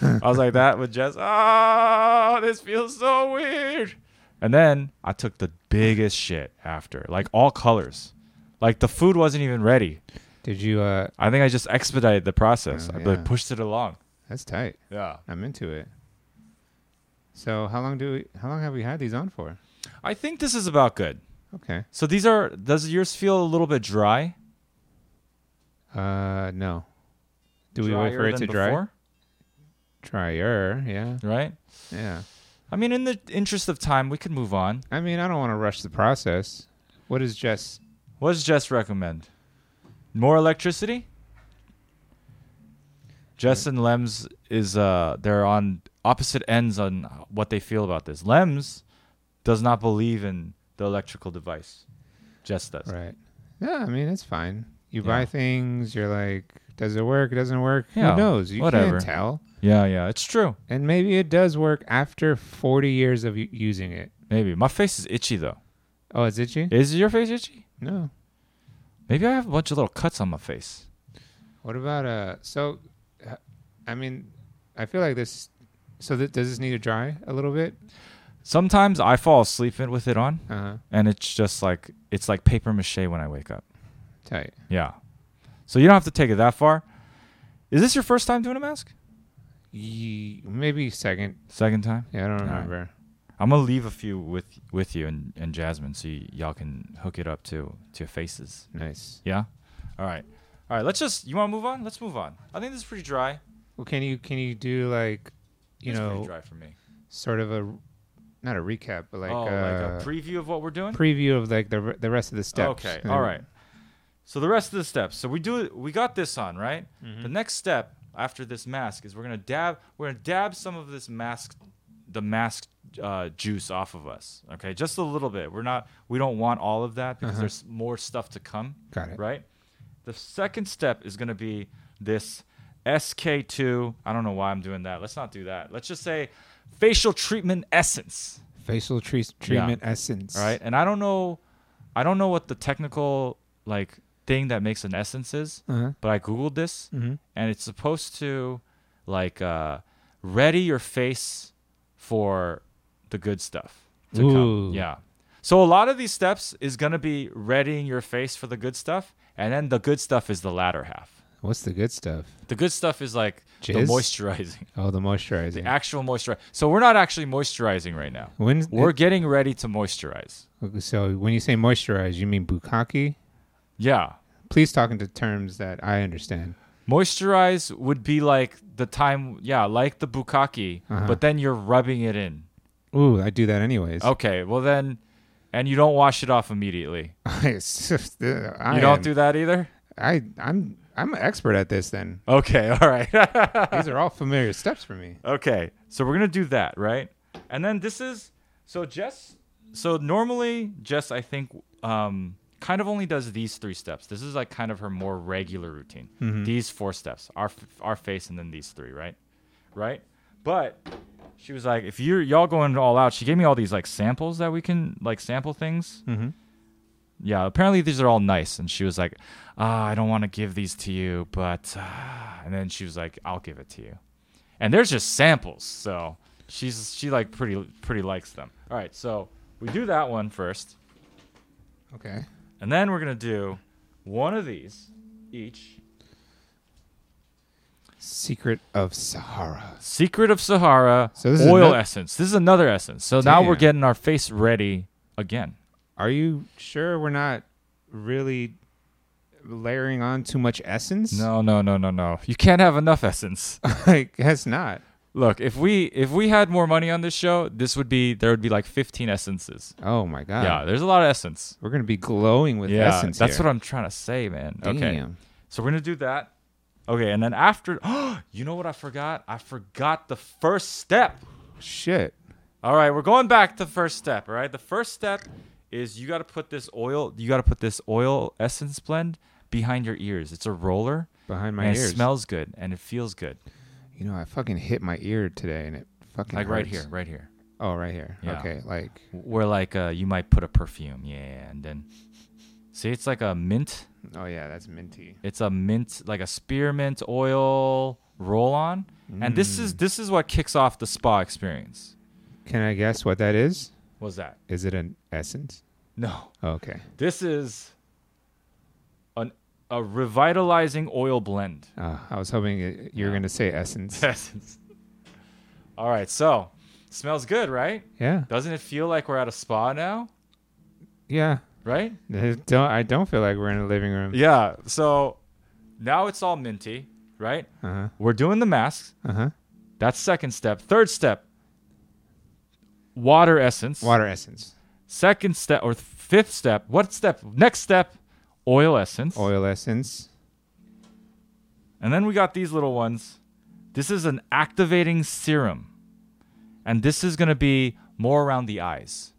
Speaker 1: I was like that with Jess. Oh, this feels so weird. And then I took the biggest shit after, like all colors. Like the food wasn't even ready.
Speaker 2: Did you? Uh,
Speaker 1: I think I just expedited the process.
Speaker 2: Oh,
Speaker 1: I like,
Speaker 2: yeah.
Speaker 1: pushed it along.
Speaker 2: that's tight.
Speaker 1: Yeah.
Speaker 2: I'm into it. So how long do we? How long have we had these on for?
Speaker 1: I think this is about good.
Speaker 2: Okay.
Speaker 1: So these are does yours feel a little bit dry?
Speaker 2: Uh, no. Do we wait for it to dry? Drier. Yeah.
Speaker 1: dry? Right?
Speaker 2: Yeah.
Speaker 1: I mean in the interest of time we could move on.
Speaker 2: I mean, I don't want to rush the process. What is Jess?
Speaker 1: What does Jess recommend? More electricity? Jess and Lems is uh they're on opposite ends on what they feel about this. Lems does not believe in the electrical device. Jess does.
Speaker 2: Right. Yeah. I mean, it's fine. You
Speaker 1: Yeah.
Speaker 2: buy things. You're like, does it work? It doesn't work.
Speaker 1: Yeah,
Speaker 2: Who knows? You
Speaker 1: whatever.
Speaker 2: can't tell.
Speaker 1: Yeah, yeah, it's true.
Speaker 2: And maybe it does work after 40 years of u- using it.
Speaker 1: Maybe. My face is itchy though.
Speaker 2: Oh, is it you?
Speaker 1: Is your face itchy?
Speaker 2: No.
Speaker 1: Maybe I have a bunch of little cuts on my face.
Speaker 2: What about uh? So, uh, I mean, I feel like this. So th- does this need to dry a little bit?
Speaker 1: Sometimes I fall asleep in- with it on,
Speaker 2: Uh huh.
Speaker 1: and it's just like it's like paper mache when I wake up.
Speaker 2: Tight.
Speaker 1: Yeah, so you don't have to take it that far. Is this your first time doing a mask?
Speaker 2: Ye- maybe second.
Speaker 1: Second time?
Speaker 2: Yeah, I don't
Speaker 1: All right.
Speaker 2: remember.
Speaker 1: I'm gonna leave a few with with you and, and Jasmine, so y- y'all can hook it up to to your faces.
Speaker 2: Nice.
Speaker 1: Yeah. All right. All right. Let's just. You want to move on? Let's move on. I think this is pretty dry.
Speaker 2: Well, can you can you do like, you
Speaker 1: It's pretty
Speaker 2: know,
Speaker 1: dry for me.
Speaker 2: sort of a, not a recap, but like,
Speaker 1: oh,
Speaker 2: uh,
Speaker 1: like a preview of what we're doing.
Speaker 2: preview of like the re- the rest of the steps.
Speaker 1: Okay.
Speaker 2: And
Speaker 1: All
Speaker 2: then-
Speaker 1: right. So the rest of the steps. So we do we got this on, right?
Speaker 2: Mm-hmm.
Speaker 1: The next step after this mask is we're gonna dab we're gonna dab some of this mask the mask uh, juice off of us. Okay, just a little bit. We're not we don't want all of that because there's more stuff to come.
Speaker 2: Uh-huh. Got it.
Speaker 1: Right? The second step is gonna be this SK2. I don't know why I'm doing that. Let's not do that. Let's just say facial treatment essence.
Speaker 2: Facial tre- treatment essence.
Speaker 1: All right, and I don't know, I don't know what the technical like thing that makes an essence is,
Speaker 2: Uh-huh.
Speaker 1: but I googled this,
Speaker 2: Mhm.
Speaker 1: and it's supposed to like uh, ready your face for the good stuff to come.
Speaker 2: Ooh.
Speaker 1: Yeah. So a lot of these steps is gonna be readying your face for the good stuff, and then the good stuff is the latter half.
Speaker 2: What's the good stuff?
Speaker 1: The good stuff is like the
Speaker 2: Jizz?
Speaker 1: moisturizing,
Speaker 2: Oh, the moisturizing.
Speaker 1: actual moisturize. So we're not actually moisturizing right now.
Speaker 2: When's
Speaker 1: We're getting ready to moisturize.
Speaker 2: so when you say moisturize, you mean bukkake?
Speaker 1: Yeah.
Speaker 2: Please talk into terms that I understand.
Speaker 1: Moisturize would be like the time, yeah, like the bukkake,
Speaker 2: Uh-huh.
Speaker 1: but then you're rubbing it in.
Speaker 2: Ooh, I do that anyways.
Speaker 1: Okay, well then, and you don't wash it off immediately.
Speaker 2: It's just, uh, I
Speaker 1: You don't
Speaker 2: am-
Speaker 1: do that either.
Speaker 2: I I'm I'm an expert at this. Then
Speaker 1: Okay, all right.
Speaker 2: these are all familiar steps for me.
Speaker 1: okay, so we're gonna do that, right? And then this is so Jess. So normally Jess, I think, um, kind of only does these three steps. This is like kind of her more regular routine. These four steps: our f- our face, and then these three, right? Right. But she was like, if you're y'all going all out, she gave me all these like samples that we can like sample things. Mm-hmm. Yeah, apparently these are all nice, and she was like, ah, I don't want to give these to you, but, ah," and then she was like, I'll give it to you, and there's just samples, so she's she like pretty pretty likes them. All right, so we do that one first,
Speaker 2: Okay.
Speaker 1: and then we're gonna do one of these each.
Speaker 2: Secret of Sahara.
Speaker 1: Secret of Sahara
Speaker 2: So this is
Speaker 1: oil
Speaker 2: ano-
Speaker 1: essence. This is another essence. So now we're
Speaker 2: Damn.
Speaker 1: getting our face ready again.
Speaker 2: Are you sure we're not really layering on too much essence?
Speaker 1: No, no, no, no, no. You can't have enough essence.
Speaker 2: I guess not.
Speaker 1: Look, if we if we had more money on this show, this would be there would be like 15 essences.
Speaker 2: Oh my god.
Speaker 1: yeah, there's a lot of essence.
Speaker 2: We're gonna be glowing with
Speaker 1: Yeah,
Speaker 2: essence.
Speaker 1: that's
Speaker 2: here.
Speaker 1: what I'm trying to say, man. Okay.
Speaker 2: Damn.
Speaker 1: So we're going to do that. Okay, and then after, you know what I forgot? I forgot the first step.
Speaker 2: Shit.
Speaker 1: All right, we're going back to the first step. All right, the first step is you got to put this oil. You got to put this oil essence blend behind your ears. It's a roller.
Speaker 2: Behind my
Speaker 1: and
Speaker 2: ears.
Speaker 1: It smells good and it feels good.
Speaker 2: You know, I fucking hit my ear today, and it fucking
Speaker 1: Like right
Speaker 2: hurts.
Speaker 1: here, right here.
Speaker 2: Oh, right here.
Speaker 1: Yeah.
Speaker 2: Okay, like
Speaker 1: Where like uh, you might put a perfume, yeah, and then see it's like a mint.
Speaker 2: oh yeah, that's minty.
Speaker 1: It's a mint, like a spearmint oil roll on, and this is this is what kicks off the spa experience.
Speaker 2: Can I guess what that is?
Speaker 1: What's that?
Speaker 2: Is it an essence? Oh,
Speaker 1: No,
Speaker 2: Okay.
Speaker 1: this is an a revitalizing oil blend.
Speaker 2: Uh, I was hoping it, you were gonna say essence.
Speaker 1: Essence. All right, so smells good, right?
Speaker 2: yeah.
Speaker 1: Doesn't it feel like we're at a spa now?
Speaker 2: Yeah.
Speaker 1: Right?
Speaker 2: Don't I don't feel like we're in a living room.
Speaker 1: Yeah. So now it's all minty, right?
Speaker 2: Uh huh.
Speaker 1: We're doing the masks.
Speaker 2: Uh huh.
Speaker 1: That's second step. Third step, water essence.
Speaker 2: Water essence,
Speaker 1: Second step or fifth step. What step? Next step, oil essence.
Speaker 2: oil essence.
Speaker 1: And then we got these little ones. This is an activating serum. And this is going to be more around the eyes.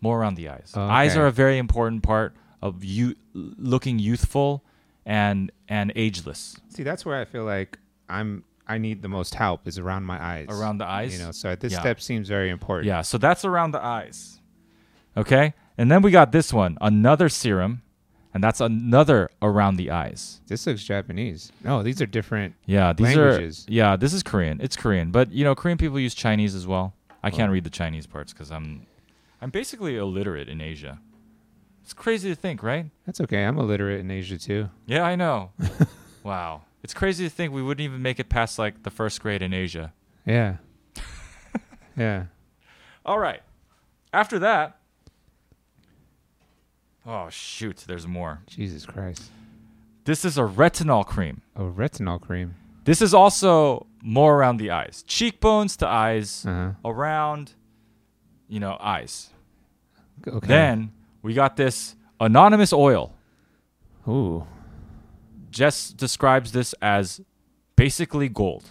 Speaker 1: More around the eyes.
Speaker 2: Okay.
Speaker 1: Eyes are a very important part of you looking youthful and and ageless.
Speaker 2: See, that's where I feel like I'm. I need the most help is around my eyes.
Speaker 1: Around the eyes?
Speaker 2: You know. So this
Speaker 1: Yeah.
Speaker 2: step seems very important.
Speaker 1: Yeah, so that's around the eyes. Okay? And then we got this one, another serum, and that's another around the eyes.
Speaker 2: This looks Japanese. No, these are different.
Speaker 1: Yeah, these
Speaker 2: languages.
Speaker 1: are Yeah, this is Korean. It's Korean, but you know, Korean people use Chinese as well. I can't
Speaker 2: Oh.
Speaker 1: read the Chinese parts cuz I'm I'm basically illiterate in Asia. It's crazy to think, right?
Speaker 2: That's okay. I'm illiterate in Asia too.
Speaker 1: Yeah, I know. wow. It's crazy to think we wouldn't even make it past like the first grade in Asia.
Speaker 2: Yeah. yeah.
Speaker 1: All right. After that, Oh shoot, there's more.
Speaker 2: Jesus Christ.
Speaker 1: This is a retinol cream.
Speaker 2: Oh, retinol cream.
Speaker 1: This is also more around the eyes, cheekbones to eyes,
Speaker 2: Uh-huh.
Speaker 1: around, you know, eyes.
Speaker 2: G- Okay.
Speaker 1: Then we got this anonymous oil.
Speaker 2: Ooh.
Speaker 1: Jess describes this as basically gold,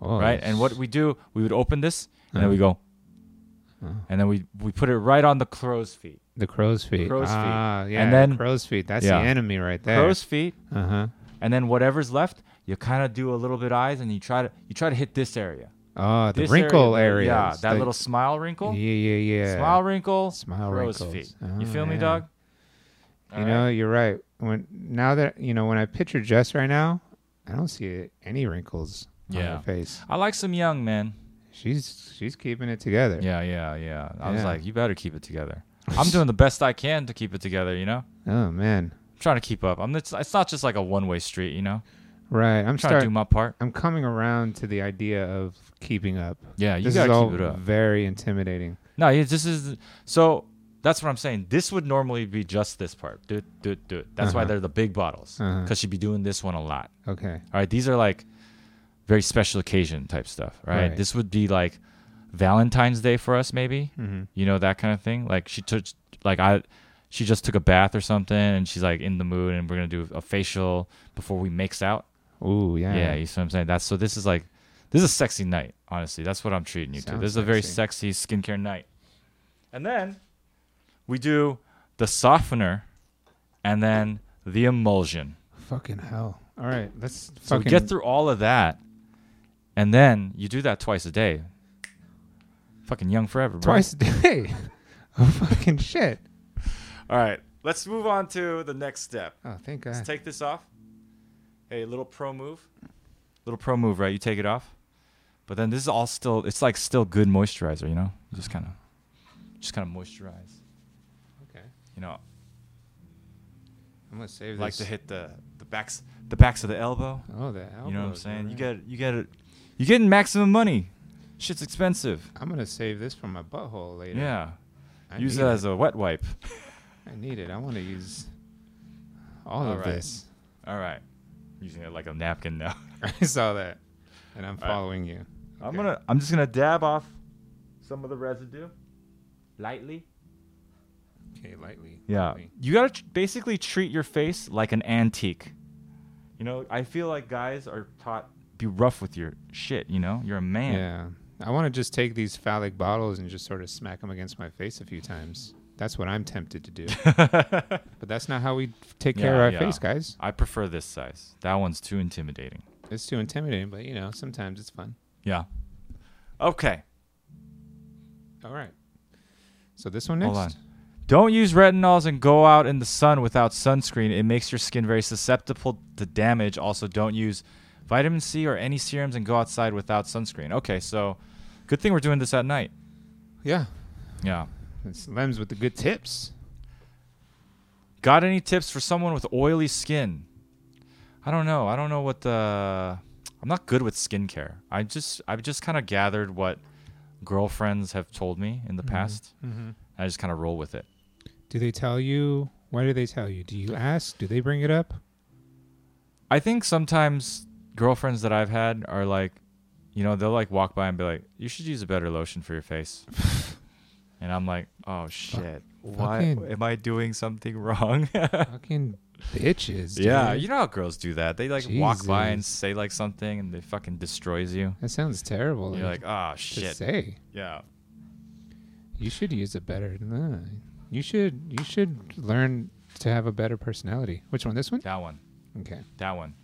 Speaker 2: Oh,
Speaker 1: right? And what we do, we would open this and then we go, and then we we put it right on the crow's feet.
Speaker 2: the crow's feet.
Speaker 1: Crow's feet.
Speaker 2: Ah, yeah.
Speaker 1: And then-
Speaker 2: crow's feet. That's
Speaker 1: yeah.
Speaker 2: the enemy right there.
Speaker 1: Crow's feet,
Speaker 2: Uh huh.
Speaker 1: and then whatever's left, you kind of do a little bit eyes, and you try to you try to hit this area,
Speaker 2: Oh, the
Speaker 1: This
Speaker 2: wrinkle
Speaker 1: area,
Speaker 2: area.
Speaker 1: yeah, that little smile wrinkle.
Speaker 2: Yeah, yeah, yeah.
Speaker 1: Smile wrinkle,
Speaker 2: Smile
Speaker 1: crow's
Speaker 2: wrinkles.
Speaker 1: feet. you
Speaker 2: Oh,
Speaker 1: feel me,
Speaker 2: yeah.
Speaker 1: dog?
Speaker 2: You know, you're right. When now that you know, when I picture Jess right now, I don't see any wrinkles on
Speaker 1: Yeah.
Speaker 2: her face.
Speaker 1: I like some young men.
Speaker 2: She's she's keeping it together.
Speaker 1: Yeah, yeah, yeah. I was
Speaker 2: Yeah.
Speaker 1: like, you better keep it together. I'm doing the best I can to keep it together, you know?
Speaker 2: Oh man.
Speaker 1: I'm trying to keep up. I'm it's, it's not just like a one-way street, you know?
Speaker 2: Right. I'm
Speaker 1: I'm trying to do
Speaker 2: starting.
Speaker 1: my part.
Speaker 2: I'm coming around to the idea of keeping up.
Speaker 1: Yeah, you
Speaker 2: this
Speaker 1: gotta
Speaker 2: is
Speaker 1: keep
Speaker 2: all
Speaker 1: it up.
Speaker 2: very intimidating.
Speaker 1: No, yeah, this is so that's what I'm saying. This would normally be just this part. Do it, do it, do it. That's why
Speaker 2: Uh-huh.
Speaker 1: they're the big bottles
Speaker 2: Uh-huh.
Speaker 1: cuz she'd be doing this one a lot.
Speaker 2: Okay.
Speaker 1: All right, these are like very special occasion type stuff, right?
Speaker 2: Right.
Speaker 1: This would be like Valentine's Day for us, maybe.
Speaker 2: Mhm.
Speaker 1: You know that kind of thing. Like she took, like I, she just took a bath or something, and she's like in the mood, and we're gonna do a facial before we mix out.
Speaker 2: Ooh, yeah.
Speaker 1: Yeah, you see what I'm saying? That's so. This is like, this is a sexy night. Honestly, that's what I'm treating you to.
Speaker 2: Sounds
Speaker 1: This is a very sexy
Speaker 2: sexy.
Speaker 1: skincare night. And then we do the softener, and then the emulsion.
Speaker 2: Fucking hell. All right, let's
Speaker 1: So we
Speaker 2: fucking
Speaker 1: get through all of that, and then you do that twice a day. Fucking young forever, bro.
Speaker 2: twice a day. oh fucking shit.
Speaker 1: All right, let's move on to the next step.
Speaker 2: Oh, thank God.
Speaker 1: Let's take this off. Hey, little pro move. Little pro move, right? You take it off, but then this is all still. It's like still good moisturizer, you know. You just kind of, just kind of moisturize.
Speaker 2: okay.
Speaker 1: You know,
Speaker 2: I'm gonna save this.
Speaker 1: like to hit the the backs the backs of the elbow.
Speaker 2: Oh, the elbow.
Speaker 1: you know what I'm saying? You get you get it. You're getting maximum money. Shit's expensive.
Speaker 2: I'm gonna save this for my butthole later.
Speaker 1: Yeah.
Speaker 2: I
Speaker 1: Use
Speaker 2: need
Speaker 1: it as a wet wipe.
Speaker 2: I need it. I want to use all,
Speaker 1: All
Speaker 2: of
Speaker 1: right.
Speaker 2: this.
Speaker 1: All right. Using it like a napkin now.
Speaker 2: I saw that, and I'm
Speaker 1: right.
Speaker 2: following you.
Speaker 1: I'm
Speaker 2: Okay.
Speaker 1: gonna. I'm just gonna dab off some of the residue, lightly.
Speaker 2: Okay, lightly.
Speaker 1: Yeah.
Speaker 2: lightly.
Speaker 1: You gotta tr- basically treat your face like an antique. You know, I feel like guys are taught be rough with your shit. You know, you're a man.
Speaker 2: Yeah. I want to just take these phallic bottles and just sort of smack them against my face a few times. That's what I'm tempted to do. but that's not how we take care
Speaker 1: Yeah,
Speaker 2: of our
Speaker 1: yeah.
Speaker 2: face, guys.
Speaker 1: I prefer this size. That one's too intimidating.
Speaker 2: It's too intimidating, but you know, sometimes it's fun.
Speaker 1: Yeah. Okay.
Speaker 2: All right. So this one next.
Speaker 1: Hold on. Don't use retinols and go out in the sun without sunscreen. It makes your skin very susceptible to damage. Also, don't use vitamin C or any serums and go outside without sunscreen. Okay, so good thing we're doing this at night.
Speaker 2: Yeah.
Speaker 1: Yeah.
Speaker 2: It's Lems with the good tips.
Speaker 1: Got any tips for someone with oily skin? I don't know. I don't know what the. I'm not good with skincare. I just I've just kind of gathered what girlfriends have told me in the past.
Speaker 2: Mhm.
Speaker 1: I just kind of roll with it.
Speaker 2: Do they tell you? Why do they tell you? Do you ask? Do they bring it up?
Speaker 1: I think sometimes girlfriends that I've had are like, you know, they'll like walk by and be like, "You should use a better lotion for your face," and I'm like, "Oh shit, why
Speaker 2: fucking-
Speaker 1: am I doing something wrong?"
Speaker 2: Fucking bitches. Dude.
Speaker 1: yeah, you know how girls do that. They like walk by and
Speaker 2: Jesus.
Speaker 1: say like something, and they fucking destroys you.
Speaker 2: That sounds terrible.
Speaker 1: You're like, "Oh
Speaker 2: to
Speaker 1: shit,
Speaker 2: say.
Speaker 1: yeah."
Speaker 2: You should use a better. nah. You should. You should learn to have a better personality. Which one? This one?
Speaker 1: That one,
Speaker 2: Okay.
Speaker 1: that one.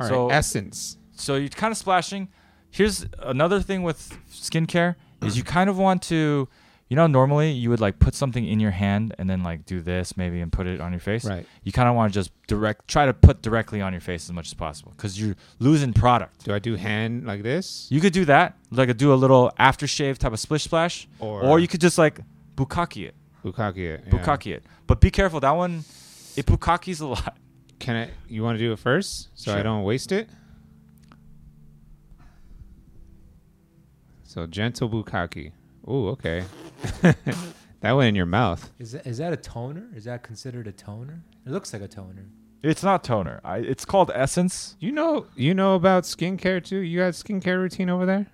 Speaker 2: All right.
Speaker 1: So-
Speaker 2: Essence.
Speaker 1: so you're kind of splashing. Here's another thing with skincare is you kind of want to, you know, normally you would like put something in your hand and then like do this maybe and put it on your face.
Speaker 2: Right.
Speaker 1: You kind of want to just direct try to put directly on your face as much as possible because you're losing product.
Speaker 2: Do I do hand like this?
Speaker 1: You could do that, like do a little aftershave type of splish splash,
Speaker 2: Or-
Speaker 1: you could just like bukkake it,
Speaker 2: Bukkake it. yeah.
Speaker 1: bukkake it. But be careful, that one it bukkakes a lot.
Speaker 2: Can I? You want to do it first, so I
Speaker 1: Sure.
Speaker 2: don't waste it. So gentle bukkake. Ooh, okay. that went in your mouth.
Speaker 4: Is that, is that a toner? Is that considered a toner? It looks like a toner.
Speaker 1: It's not toner. I, it's called essence.
Speaker 2: You know, you know about skincare too. You got a skincare routine over there.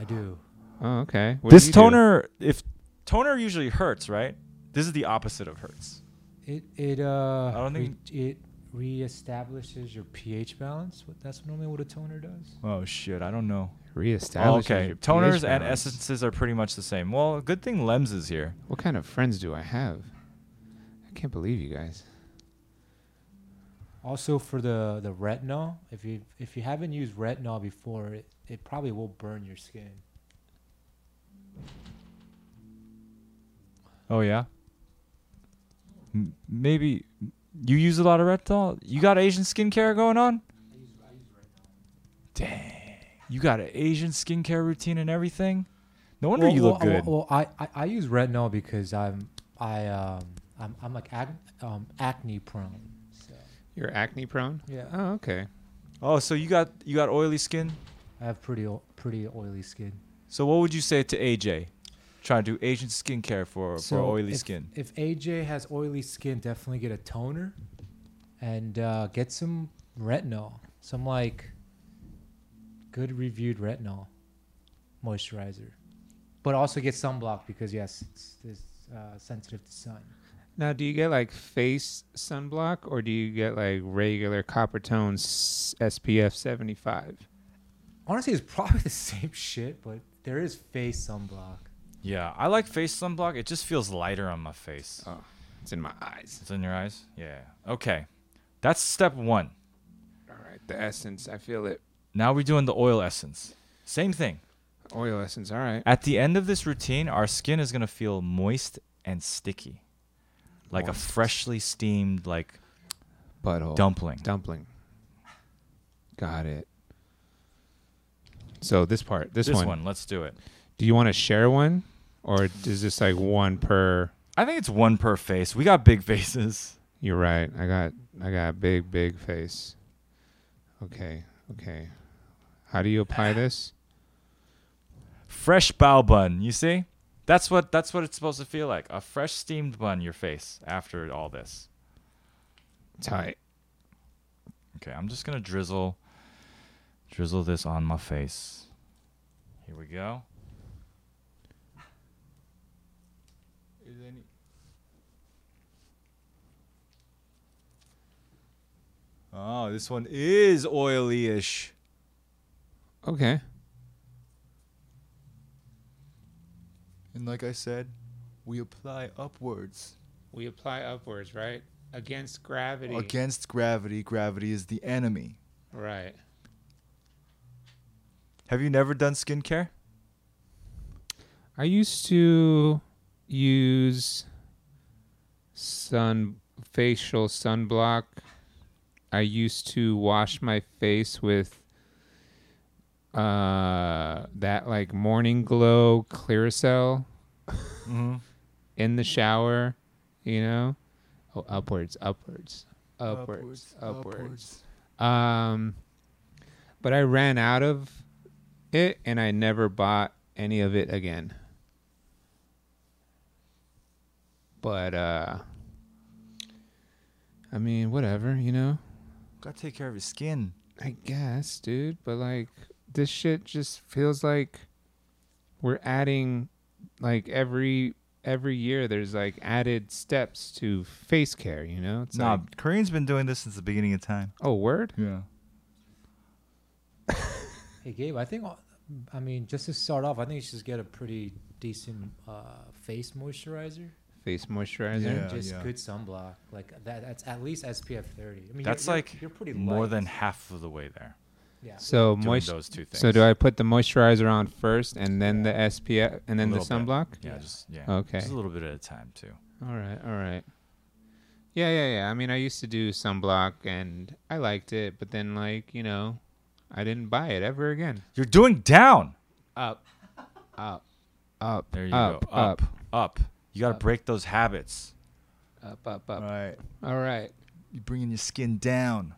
Speaker 4: I do.
Speaker 2: Oh, okay. What do
Speaker 1: this
Speaker 2: you do?
Speaker 1: toner, if toner usually hurts, right? This is the opposite of hurts.
Speaker 4: It it uh
Speaker 1: don't think-
Speaker 4: re- it reestablishes your pH balance. What that's normally what a toner does.
Speaker 1: Oh shit, I don't know.
Speaker 2: reestablishes.
Speaker 1: okay,
Speaker 2: your pH
Speaker 1: toners and
Speaker 2: balance.
Speaker 1: essences are pretty much the same. Well, good thing Lems is here.
Speaker 2: What kind of friends do I have? I can't believe you guys.
Speaker 4: Also for the the retinol, if you if you haven't used retinol before, it, it probably will burn your skin.
Speaker 1: Oh yeah. M- maybe you use a lot of retinol. You got Asian skincare going on. Dang, you got an Asian skincare routine and everything. No wonder you look
Speaker 4: well,
Speaker 1: good.
Speaker 4: Well, I, I I use retinol because I'm I um I'm I'm like ac- um, acne prone. So
Speaker 2: You're acne prone.
Speaker 4: Yeah.
Speaker 2: Oh, okay.
Speaker 1: oh, so you got you got oily skin.
Speaker 4: I have pretty o- pretty oily skin.
Speaker 1: So what would you say to AJ? Trying to do Asian skincare for for oily
Speaker 4: if,
Speaker 1: skin.
Speaker 4: If AJ has oily skin, definitely get a toner, and uh, get some retinol, some like good reviewed retinol moisturizer, but also get sunblock because yes, it's, it's uh, sensitive to sun.
Speaker 2: Now, do you get like face sunblock or do you get like regular copper tone s- SPF 75?
Speaker 4: Honestly, it's probably the same shit, but there is face sunblock.
Speaker 1: Yeah, I like face sunblock. It just feels lighter on my face.
Speaker 2: Oh, it's in my eyes.
Speaker 1: It's in your eyes. Yeah. Okay, that's step one.
Speaker 2: All right, the essence, I feel it.
Speaker 1: Now we're doing the oil essence. Same thing.
Speaker 2: Oil essence, all right.
Speaker 1: At the end of this routine, our skin is gonna feel moist and sticky, like a
Speaker 2: Moist.
Speaker 1: freshly steamed like
Speaker 2: Butthole.
Speaker 1: dumpling.
Speaker 2: Dumpling. Got it. So this part, this,
Speaker 1: This,
Speaker 2: one.
Speaker 1: one. let's do it.
Speaker 2: Do you want to share one or is this like one per?
Speaker 1: I think it's one per face. We got big faces.
Speaker 2: You're right. I got I got a big big face. Okay. Okay. How do you apply this?
Speaker 1: Fresh bao bun. You see, that's what that's what it's supposed to feel like. A fresh steamed bun. Your face after all this.
Speaker 2: Tight.
Speaker 1: Okay, I'm just gonna drizzle, drizzle this on my face. Here we go. Oh, this one is oily-ish.
Speaker 2: Okay.
Speaker 1: And like I said, we apply upwards
Speaker 2: We apply upwards, right? Against gravity.
Speaker 1: against gravity. Gravity is the enemy.
Speaker 2: Right.
Speaker 1: Have you never done skincare?
Speaker 2: I used to use sun facial sunblock. I used to wash my face with uh that like morning glow Clearasil
Speaker 1: Mm-hmm.
Speaker 2: in the shower, you know? Oh, upwards, upwards. Upwards, upwards. Um but I ran out of it and I never bought any of it again. But uh I mean, whatever, you know.
Speaker 1: Gotta take care of your skin.
Speaker 2: I guess, dude, but like this shit just feels like we're adding like every every year there's like added steps to face care, you know? It's
Speaker 1: nah,
Speaker 2: like
Speaker 1: Korean's been doing this since the beginning of time.
Speaker 2: oh word?
Speaker 1: Yeah.
Speaker 4: Hey Gabe, I think all- I mean just to start off, I think you should just get a pretty decent uh, face moisturizer
Speaker 2: Face moisturizer.
Speaker 1: Yeah,
Speaker 4: and just
Speaker 1: yeah.
Speaker 4: good sunblock. Like that, that's at least SPF 30. I mean,
Speaker 1: That's
Speaker 4: you're, you're,
Speaker 1: like
Speaker 4: you're pretty
Speaker 1: More
Speaker 4: light.
Speaker 1: than half of the way there.
Speaker 4: yeah.
Speaker 2: So
Speaker 1: Doing
Speaker 2: moist
Speaker 1: those two things.
Speaker 2: So do I put the moisturizer on first and then the SPF and then the
Speaker 1: little bit.
Speaker 2: sunblock?
Speaker 1: Yeah,
Speaker 4: Yeah.
Speaker 1: just yeah.
Speaker 2: Okay.
Speaker 1: Just a little bit at a time too.
Speaker 2: All right, all right. Yeah, yeah, yeah. I mean, I used to do sunblock and I liked it, but then like, you know, I didn't buy it ever again.
Speaker 1: You're doing down.
Speaker 2: Up. Up. Up.
Speaker 1: There you
Speaker 2: up,
Speaker 1: go. Up.
Speaker 2: Up.
Speaker 1: Up. You gotta break those habits.
Speaker 2: Up, up, up.
Speaker 1: Right.
Speaker 2: All right.
Speaker 1: You're bringing your skin down.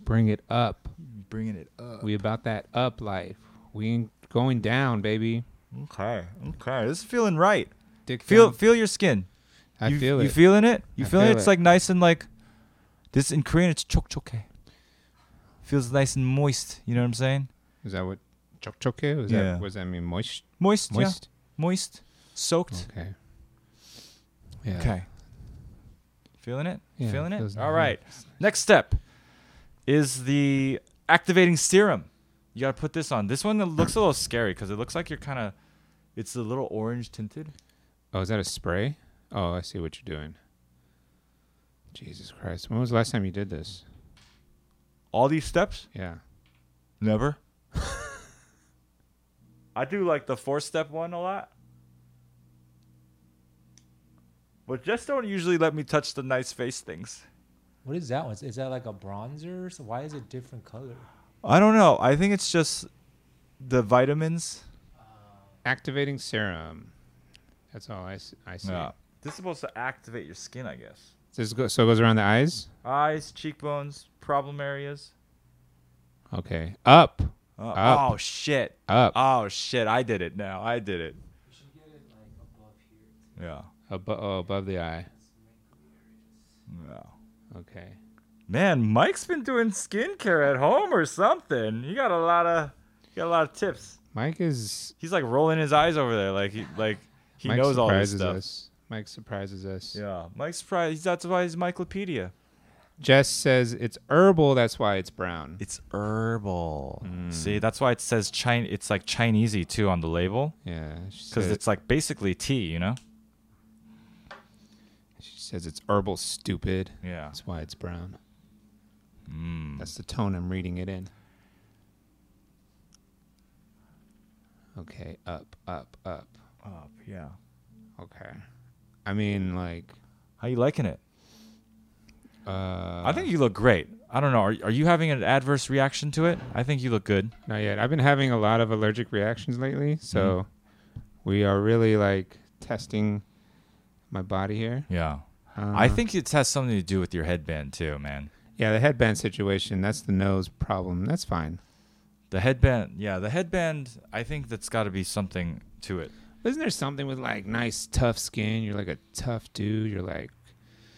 Speaker 2: Bring it up.
Speaker 1: You're bringing it up.
Speaker 2: We about that up life. We ain't going down, baby.
Speaker 1: Okay. Okay. This is feeling right.
Speaker 2: Dick
Speaker 1: Feel
Speaker 2: down.
Speaker 1: feel your skin.
Speaker 2: I
Speaker 1: you,
Speaker 2: feel
Speaker 1: You
Speaker 2: it.
Speaker 1: feeling it? You
Speaker 2: I
Speaker 1: feeling it?
Speaker 2: feel
Speaker 1: It's
Speaker 2: it.
Speaker 1: like nice and like this in Korean it's chokchoke. Feels nice and moist, you know what I'm saying?
Speaker 2: Is that what chokchoke? Was
Speaker 1: Yeah.
Speaker 2: that what does that mean? Moist?
Speaker 1: Moist,
Speaker 2: Moist?
Speaker 1: yeah. Moist. Soaked.
Speaker 2: Okay. Oh, Yeah.
Speaker 1: Okay. Feeling it?
Speaker 2: Yeah,
Speaker 1: Feeling it?
Speaker 2: feels
Speaker 1: All
Speaker 2: nice.
Speaker 1: right. Next step is the activating serum. You got to put this on. This one looks a little scary because it looks like you're kind of, it's a little orange tinted.
Speaker 2: Oh, is that a spray? Oh, I see what you're doing. Jesus Christ. When was the last time you did this?
Speaker 1: All these steps?
Speaker 2: Yeah.
Speaker 1: Never. I do like the four step one a lot. But just don't usually let me touch the nice face things.
Speaker 4: What is that one? Is that like a bronzer? So why is it different color?
Speaker 1: I don't know. I think it's just the vitamins.
Speaker 2: Activating serum. That's all I, s- I see.
Speaker 1: This is supposed to activate your skin, I guess.
Speaker 2: This go, so it goes around the eyes?
Speaker 1: Eyes, cheekbones, problem areas.
Speaker 2: Okay. Up.
Speaker 1: Uh,
Speaker 2: Up.
Speaker 1: Oh shit!
Speaker 2: Up.
Speaker 1: Oh shit! I did it now. I did it. Yeah.
Speaker 2: Abo- oh, above the eye.
Speaker 1: Yeah.
Speaker 2: Okay.
Speaker 1: Man, Mike's been doing skincare at home or something. You got a lot of, you got a lot of tips.
Speaker 2: Mike is.
Speaker 1: He's like rolling his eyes over there, like he, like he
Speaker 2: Mike
Speaker 1: knows all this
Speaker 2: surprises
Speaker 1: stuff.
Speaker 2: Us. Mike surprises us.
Speaker 1: Yeah, Mike's surprised. He's that's why he's Michaelpedia.
Speaker 2: Jess says it's herbal. That's why it's brown.
Speaker 1: It's herbal.
Speaker 2: Hmm.
Speaker 1: See, that's why it says China. It's like Chinesey too on the label.
Speaker 2: yeah.
Speaker 1: because it's like basically tea, you know.
Speaker 2: She says it's herbal. Stupid.
Speaker 1: Yeah.
Speaker 2: That's why it's brown. That's the tone I'm reading it in. Okay, up, up, up.
Speaker 1: Up, yeah.
Speaker 2: Okay. I mean, like,
Speaker 1: How you liking it?
Speaker 2: uh,
Speaker 1: I think you look great. I don't know. Are are you having an adverse reaction to it? I think you look good.
Speaker 2: not yet. I've been having a lot of allergic reactions lately, so we are really like testing my body here.
Speaker 1: Yeah.
Speaker 2: Uh,
Speaker 1: I think it has something to do with your headband too, man.
Speaker 2: yeah, the headband situation—that's the nose problem. That's fine.
Speaker 1: The headband, yeah, the headband. I think that's got to be something to it.
Speaker 2: Isn't there something with like nice, tough skin? You're like a tough dude. You're like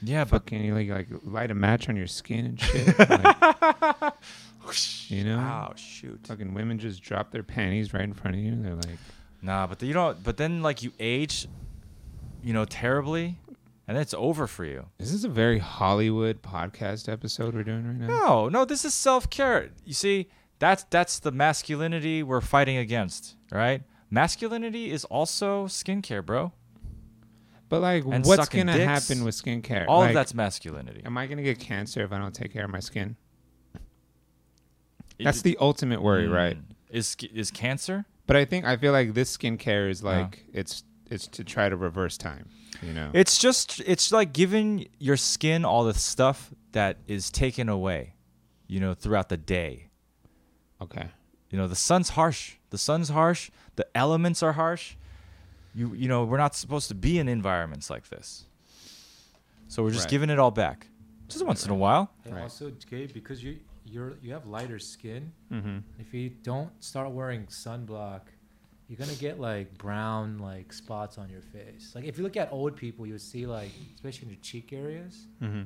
Speaker 1: Yeah, but
Speaker 2: fucking you like, like light a match on your skin and shit. like, you know,
Speaker 1: oh shoot.
Speaker 2: fucking women just drop their panties right in front of you. They're like,
Speaker 1: Nah, but you don't. But then like you age, you know, terribly, and it's over for you.
Speaker 2: Is this a very Hollywood podcast episode we're doing right now?
Speaker 1: No, no, this is self care. You see, that's that's the masculinity we're fighting against, right? Masculinity is also skincare, bro.
Speaker 2: But like,
Speaker 1: And
Speaker 2: what's
Speaker 1: sucking
Speaker 2: gonna
Speaker 1: dicks.
Speaker 2: happen with skincare?
Speaker 1: All
Speaker 2: like,
Speaker 1: of that's masculinity.
Speaker 2: Am I gonna get cancer if I don't take care of my skin? That's the ultimate
Speaker 1: Mm.
Speaker 2: worry, right?
Speaker 1: Is is cancer?
Speaker 2: But I think I feel like this skincare is like it's it's to try to reverse time. You know,
Speaker 1: It's just it's like giving your skin all the stuff that is taken away, you know, throughout the day.
Speaker 2: okay.
Speaker 1: You know, the sun's harsh. The sun's harsh. The elements are harsh. You you know, we're not supposed to be in environments like this. So we're just
Speaker 2: Right.
Speaker 1: giving it all back. Just once in a while.
Speaker 4: And
Speaker 2: Right.
Speaker 4: also, Gabe, because you you're you have lighter skin,
Speaker 2: Mm-hmm.
Speaker 4: if you don't start wearing sunblock, you're gonna get like brown like spots on your face. Like if you look at old people, you'll see like especially in your cheek areas,
Speaker 2: Mm-hmm.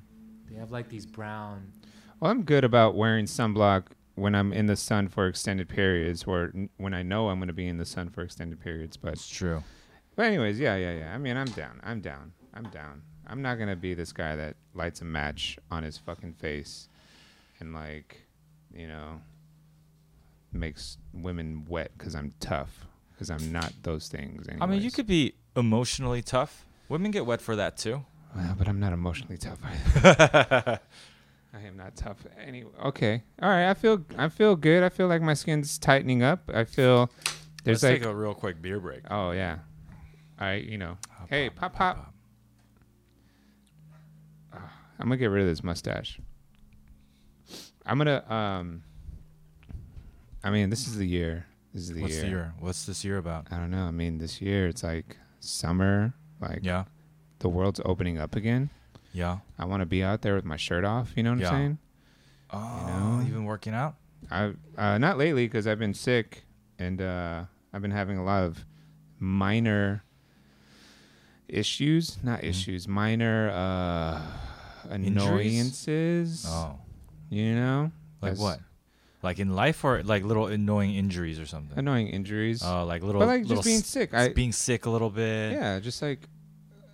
Speaker 4: they have like these brown.
Speaker 2: Well, I'm good about wearing sunblock when I'm in the sun for extended periods, or n- when I know I'm going to be in the sun for extended periods. But,
Speaker 1: true.
Speaker 2: but anyways, yeah, yeah, yeah. I mean, I'm down. I'm down. I'm down. I'm not going to be this guy that lights a match on his fucking face and, like, you know, makes women wet because I'm tough. Because I'm not those things. Anyways.
Speaker 1: I mean, you could be emotionally tough. Women get wet for that too.
Speaker 2: Well, but I'm not emotionally tough. I am not tough. Anyway, okay, all right. I feel I feel good. I feel like my skin's tightening up. I feel
Speaker 1: Let's
Speaker 2: there's like
Speaker 1: take a real quick beer break.
Speaker 2: oh yeah, I you know hey pop pop. Ah, I'm gonna get rid of this mustache. I'm gonna um. I mean, this is the year. This is the
Speaker 1: What's
Speaker 2: year.
Speaker 1: the year? What's this year about?
Speaker 2: I don't know. I mean, this year it's like summer. Like
Speaker 1: Yeah.
Speaker 2: the world's opening up again.
Speaker 1: Yeah.
Speaker 2: I want to be out there with my shirt off. You know what
Speaker 1: Yeah.
Speaker 2: I'm saying?
Speaker 1: Oh,
Speaker 2: know?
Speaker 1: you've been working out?
Speaker 2: I uh, not lately because I've been sick and uh, I've been having a lot of minor issues,
Speaker 1: Mm-hmm.
Speaker 2: not issues, minor uh, annoyances.
Speaker 1: Oh.
Speaker 2: You know,
Speaker 1: Like
Speaker 2: As
Speaker 1: what? Like in life or like little annoying injuries or something?
Speaker 2: Annoying injuries.
Speaker 1: Oh, like little
Speaker 2: but like
Speaker 1: little
Speaker 2: just being
Speaker 1: s-
Speaker 2: sick.
Speaker 1: s-
Speaker 2: I
Speaker 1: being sick a little bit.
Speaker 2: yeah, just like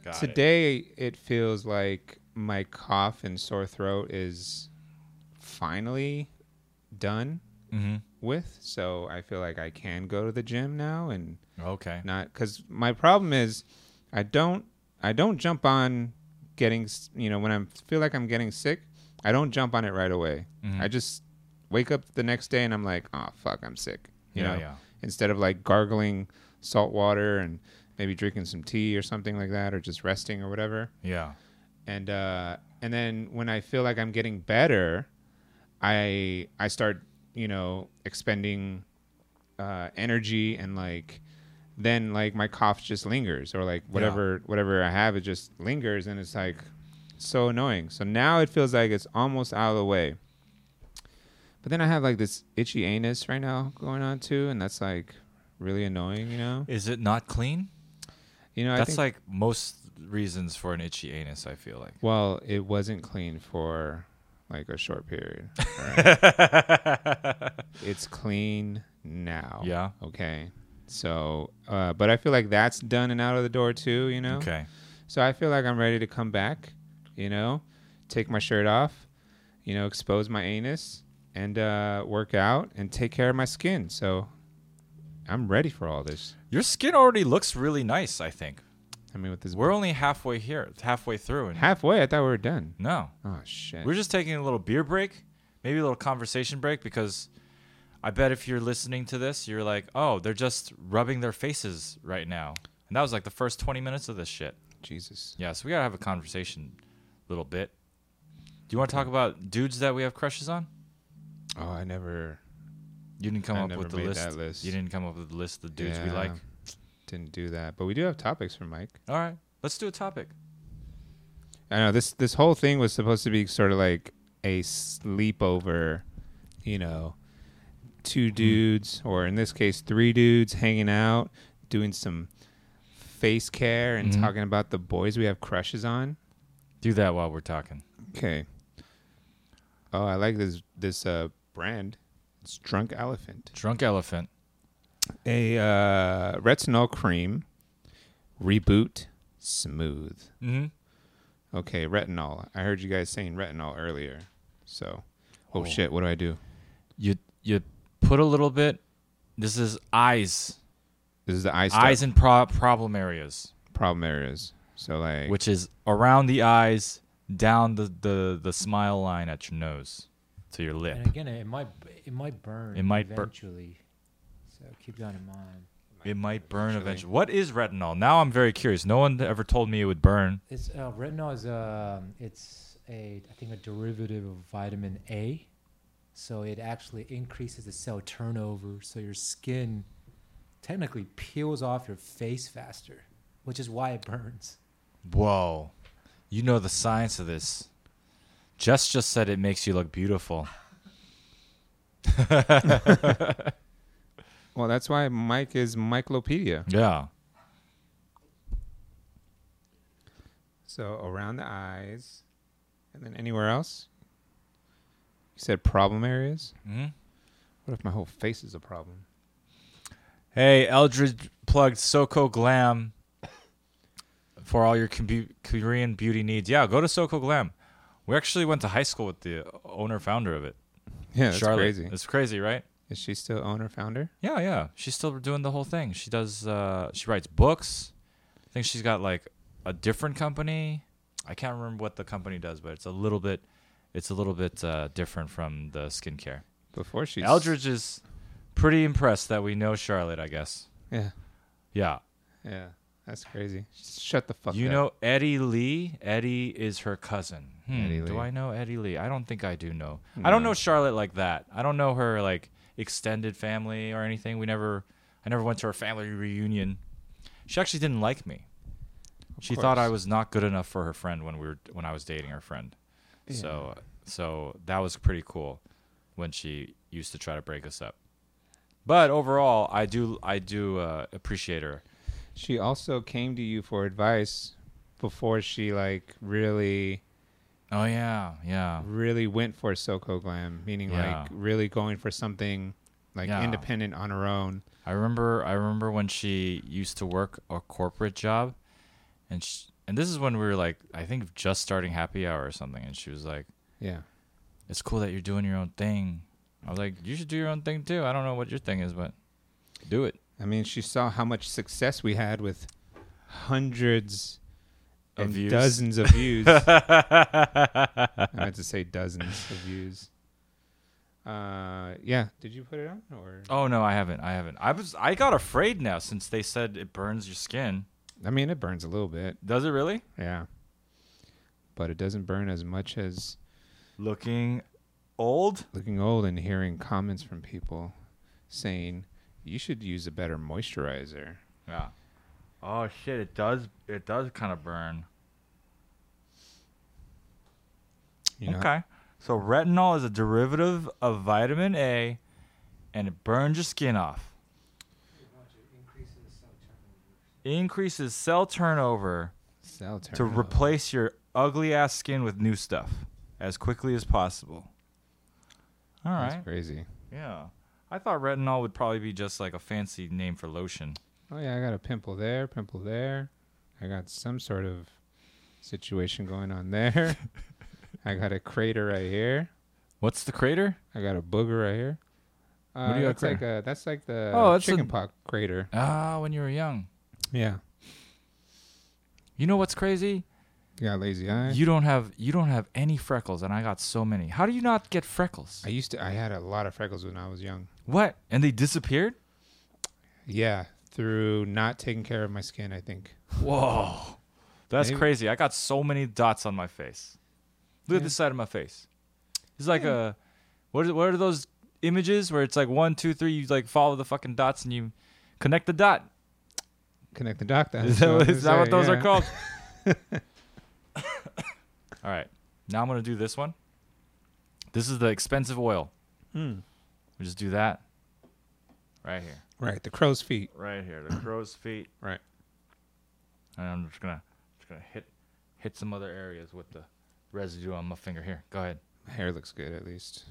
Speaker 1: Got it.
Speaker 2: today it. feels like my cough and sore throat is finally done
Speaker 1: Mhm.
Speaker 2: with. So I feel like I can go to the gym now and
Speaker 1: Okay.
Speaker 2: not because my problem is i don't i don't jump on getting s- you know when i feel like i'm getting sick i don't jump on it right away
Speaker 1: Mhm.
Speaker 2: i just wake up the next day and i'm like oh fuck i'm sick you
Speaker 1: yeah,
Speaker 2: know
Speaker 1: yeah.
Speaker 2: instead of like gargling salt water and maybe drinking some tea or something like that or just resting or whatever
Speaker 1: Yeah.
Speaker 2: and uh and then when i feel like i'm getting better i i start you know expending uh energy and like then like my cough just lingers or like whatever whatever i have it just lingers and it's like so annoying so now it feels like it's almost out of the way but then i have like this itchy anus right now going on too and that's like really annoying you know
Speaker 1: Is it not clean?
Speaker 2: you know I
Speaker 1: That's like
Speaker 2: think,
Speaker 1: most reasons for an itchy anus, I feel like.
Speaker 2: well it wasn't clean for like a short period Oh. it's clean now.
Speaker 1: Yeah.
Speaker 2: Okay. So, uh, but I feel like that's done and out of the door too, you know?
Speaker 1: Okay.
Speaker 2: So I feel like I'm ready to come back, you know, take my shirt off, you know, expose my anus and uh, work out and take care of my skin. So I'm ready for all this.
Speaker 1: Your skin already looks really nice, I think.
Speaker 2: I mean, with this
Speaker 1: We're only halfway here, halfway through. And
Speaker 2: halfway, I thought we were done.
Speaker 1: no,
Speaker 2: Oh, shit.
Speaker 1: we're just taking a little beer break, maybe a little conversation break, because I bet if you're listening to this, you're like, oh, they're just rubbing their faces right now. And that was like the first 20 minutes of this shit.
Speaker 2: Jesus.
Speaker 1: Yeah, so we got to have a conversation a little bit. Do you want to talk about dudes that we have crushes on?
Speaker 2: Oh, I never
Speaker 1: You didn't come
Speaker 2: I
Speaker 1: up
Speaker 2: never
Speaker 1: with the
Speaker 2: made
Speaker 1: list.
Speaker 2: that list.
Speaker 1: You didn't come up with the list of the dudes we
Speaker 2: Yeah.
Speaker 1: like.
Speaker 2: didn't do that. But we do have topics for Mike.
Speaker 1: All right, let's do a topic.
Speaker 2: I know this this whole thing was supposed to be sort of like a sleepover, you know, two dudes or in this case three dudes hanging out, doing some face care and
Speaker 1: Mhm.
Speaker 2: talking about the boys we have crushes on.
Speaker 1: Do that while we're talking.
Speaker 2: Okay. Oh, I like this this uh brand. It's Drunk Elephant.
Speaker 1: Drunk elephant.
Speaker 2: A uh retinol cream reboot smooth.
Speaker 1: Mm-hmm.
Speaker 2: Okay, retinol. I heard you guys saying retinol earlier. So, oh, shit, what do I do?
Speaker 1: You you put a little bit. This is eyes,
Speaker 2: This is the eye stuff,
Speaker 1: eyes and pro- problem areas,
Speaker 2: problem areas. So like
Speaker 1: which is around the eyes, down the the the smile line at your nose to your lip.
Speaker 4: And again, it might it might burn.
Speaker 1: It might bur-
Speaker 4: eventually. so keep that in mind.
Speaker 1: It might burn
Speaker 2: Eventually.
Speaker 1: eventually. What is retinol? Now I'm very curious. No one ever told me it would burn.
Speaker 4: It's uh, retinol is um it's a I think a derivative of vitamin A, so it actually increases the cell turnover, so your skin technically peels off your face faster, which is why it burns.
Speaker 1: Whoa. You know the science of this. Jess just said it makes you look beautiful.
Speaker 2: well, that's why Mike is Micelopedia.
Speaker 1: Yeah.
Speaker 2: So around the eyes, and then anywhere else. You said problem areas.
Speaker 1: Mhm.
Speaker 2: What if my whole face is a problem?
Speaker 1: Hey, Eldridge plugged Soko Glam for all your combu- Korean beauty needs. Yeah, go to Soko Glam. We actually went to high school with the owner founder of it,
Speaker 2: Yeah, that's
Speaker 1: Charlotte.
Speaker 2: crazy.
Speaker 1: It's crazy, right?
Speaker 2: Is she still owner founder?
Speaker 1: Yeah, yeah. She's still doing the whole thing. She does. Uh, she writes books. I think she's got like a different company. I can't remember what the company does, but it's a little bit. It's a little bit uh, different from the skincare.
Speaker 2: Before she
Speaker 1: Eldridge is pretty impressed that we know Charlotte. I guess.
Speaker 2: Yeah,
Speaker 1: Yeah.
Speaker 2: yeah, that's crazy. Shut the fuck
Speaker 1: you
Speaker 2: up.
Speaker 1: know Eddie Lee. Eddie is her cousin. Hmm,
Speaker 2: Eddie
Speaker 1: do
Speaker 2: Lee.
Speaker 1: I know Eddie Lee? I don't think I do know. I don't know Charlotte like that. I don't know her like extended family or anything. We never. I never went to her family reunion. She actually didn't like me. She thought I
Speaker 2: course.
Speaker 1: was not good enough for her friend when we were when I was dating her friend. So so that was pretty cool when she used to try to break us up. But overall, I do I do uh, appreciate her.
Speaker 2: she also came to you for advice before she like really
Speaker 1: Oh yeah, yeah.
Speaker 2: really went for Soko Glam, meaning
Speaker 1: Yeah.
Speaker 2: like really going for something like
Speaker 1: Yeah.
Speaker 2: independent on her own.
Speaker 1: I remember I remember when she used to work a corporate job and sh and this is when we were like I think just starting happy hour or something and she was like
Speaker 2: Yeah.
Speaker 1: it's cool that you're doing your own thing. I was like you should do your own thing too. I don't know what your thing is but do it.
Speaker 2: I mean, she saw how much success we had with hundreds
Speaker 1: Of
Speaker 2: and
Speaker 1: views.
Speaker 2: dozens of views. I meant to say dozens of views. Uh, yeah. Did you put it on or?
Speaker 1: Oh no, I haven't. I haven't. I was I got afraid now since they said it burns your skin.
Speaker 2: I mean, it burns a little bit.
Speaker 1: Does it really?
Speaker 2: Yeah. But it doesn't burn as much as
Speaker 1: Looking old?
Speaker 2: looking old and hearing comments from people saying you should use a better moisturizer.
Speaker 1: Yeah. Oh shit, it does it does kind of burn.
Speaker 2: You know?
Speaker 1: Okay. So retinol is a derivative of vitamin A, and it burns your skin off. Increases cell turnover
Speaker 2: Cell
Speaker 1: to
Speaker 2: turnover.
Speaker 1: replace your ugly ass skin with new stuff as quickly as possible. All
Speaker 2: That's
Speaker 1: right.
Speaker 2: crazy.
Speaker 1: Yeah. I thought retinol would probably be just like a fancy name for lotion.
Speaker 2: Oh yeah, I got a pimple there, pimple there. I got some sort of situation going on there. I got a crater right here.
Speaker 1: What's the crater?
Speaker 2: I got a booger right here. Uh,
Speaker 1: What do you got
Speaker 2: that's like a, that's like the
Speaker 1: Oh, that's a-
Speaker 2: chicken pox crater.
Speaker 1: Ah, when you were young.
Speaker 2: Yeah.
Speaker 1: You know what's crazy?
Speaker 2: You got a lazy eye.
Speaker 1: You don't have you don't have any freckles, and I got so many. How do you not get freckles?
Speaker 2: I used to I had a lot of freckles when I was young.
Speaker 1: What? And they disappeared?
Speaker 2: Yeah, through not taking care of my skin, I think.
Speaker 1: Whoa. That's
Speaker 2: Maybe-
Speaker 1: crazy. I got so many dots on my face. Look at this side of my face. It's like a what are, what are those images where it's like one, two, three, you like follow the fucking dots and you connect the dot.
Speaker 2: Connect the doc. That
Speaker 1: Is
Speaker 2: that's
Speaker 1: that,
Speaker 2: I
Speaker 1: what-
Speaker 2: was
Speaker 1: is that what
Speaker 2: gonna
Speaker 1: those
Speaker 2: say,
Speaker 1: are
Speaker 2: yeah.
Speaker 1: called? All right. Now I'm going to do this one. This is the expensive oil.
Speaker 2: Hmm.
Speaker 1: We just do that right here.
Speaker 2: Right, the crow's feet.
Speaker 1: Right here. The crow's feet.
Speaker 2: Right.
Speaker 1: And I'm just gonna just gonna hit hit some other areas with the residue on my finger here. Go ahead.
Speaker 2: My hair looks good at least.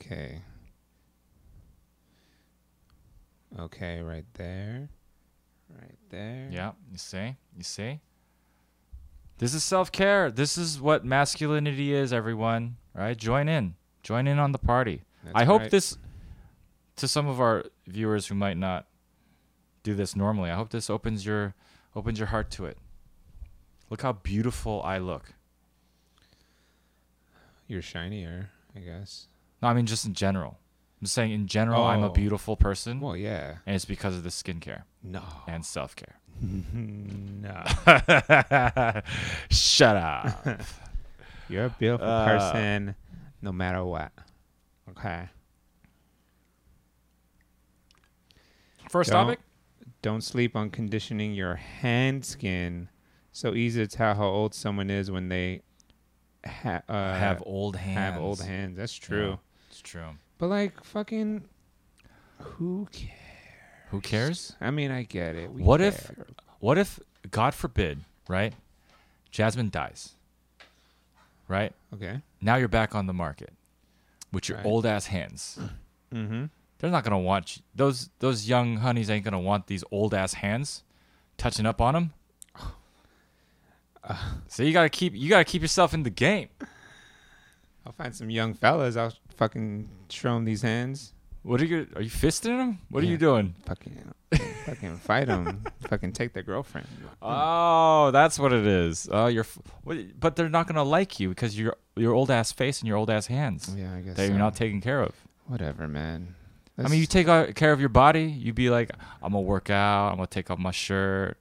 Speaker 2: Okay. Okay, right there. Right there.
Speaker 1: Yeah, you see? You see? This is self care. This is what masculinity is, everyone. Right? Join in. Join in on the party.
Speaker 2: That's
Speaker 1: I hope
Speaker 2: right.
Speaker 1: this, to some of our viewers who might not do this normally, I hope this opens your opens your heart to it. Look how beautiful I look.
Speaker 2: You're shinier, I guess.
Speaker 1: No, I mean just in general. I'm saying in general, I'm a
Speaker 2: Oh.
Speaker 1: beautiful person,
Speaker 2: Well, yeah.
Speaker 1: and it's because of the skincare
Speaker 2: No.
Speaker 1: and self care.
Speaker 2: No.
Speaker 1: Shut up.
Speaker 2: You're a beautiful
Speaker 1: Uh,
Speaker 2: person no matter what. Okay.
Speaker 1: First
Speaker 2: Don't-
Speaker 1: topic.
Speaker 2: Don't sleep on conditioning your hand skin. So easy to tell how old someone is when they ha- uh,
Speaker 1: have old hands.
Speaker 2: have old hands. That's true.
Speaker 1: It's true.
Speaker 2: But like fucking who cares?
Speaker 1: Who cares?
Speaker 2: I mean, I get it. We
Speaker 1: What if-
Speaker 2: care.
Speaker 1: What if, God forbid, right? Jasmine dies. Right?
Speaker 2: Okay.
Speaker 1: Now you're back on the market with your
Speaker 2: Right.
Speaker 1: old ass hands.
Speaker 2: Mhm.
Speaker 1: They're not gonna want you. those. Those young honeys ain't gonna want these old ass hands touching up on them. So you gotta keep you gotta keep yourself in the game.
Speaker 2: I'll find some young fellas. I'll fucking show them these hands.
Speaker 1: What are you? Are you fisting them? What are
Speaker 2: Yeah.
Speaker 1: you doing?
Speaker 2: Fucking, fucking fight them. fucking take their girlfriend.
Speaker 1: Oh, that's what it is. Oh, you're, f- what- but they're not gonna like you because your your old ass face and your old ass hands
Speaker 2: Yeah, I guess.
Speaker 1: that
Speaker 2: so.
Speaker 1: you're not taking care of.
Speaker 2: Whatever, man.
Speaker 1: I mean, you take uh, care of your body. You be like, I'm gonna work out. I'm gonna take off my shirt.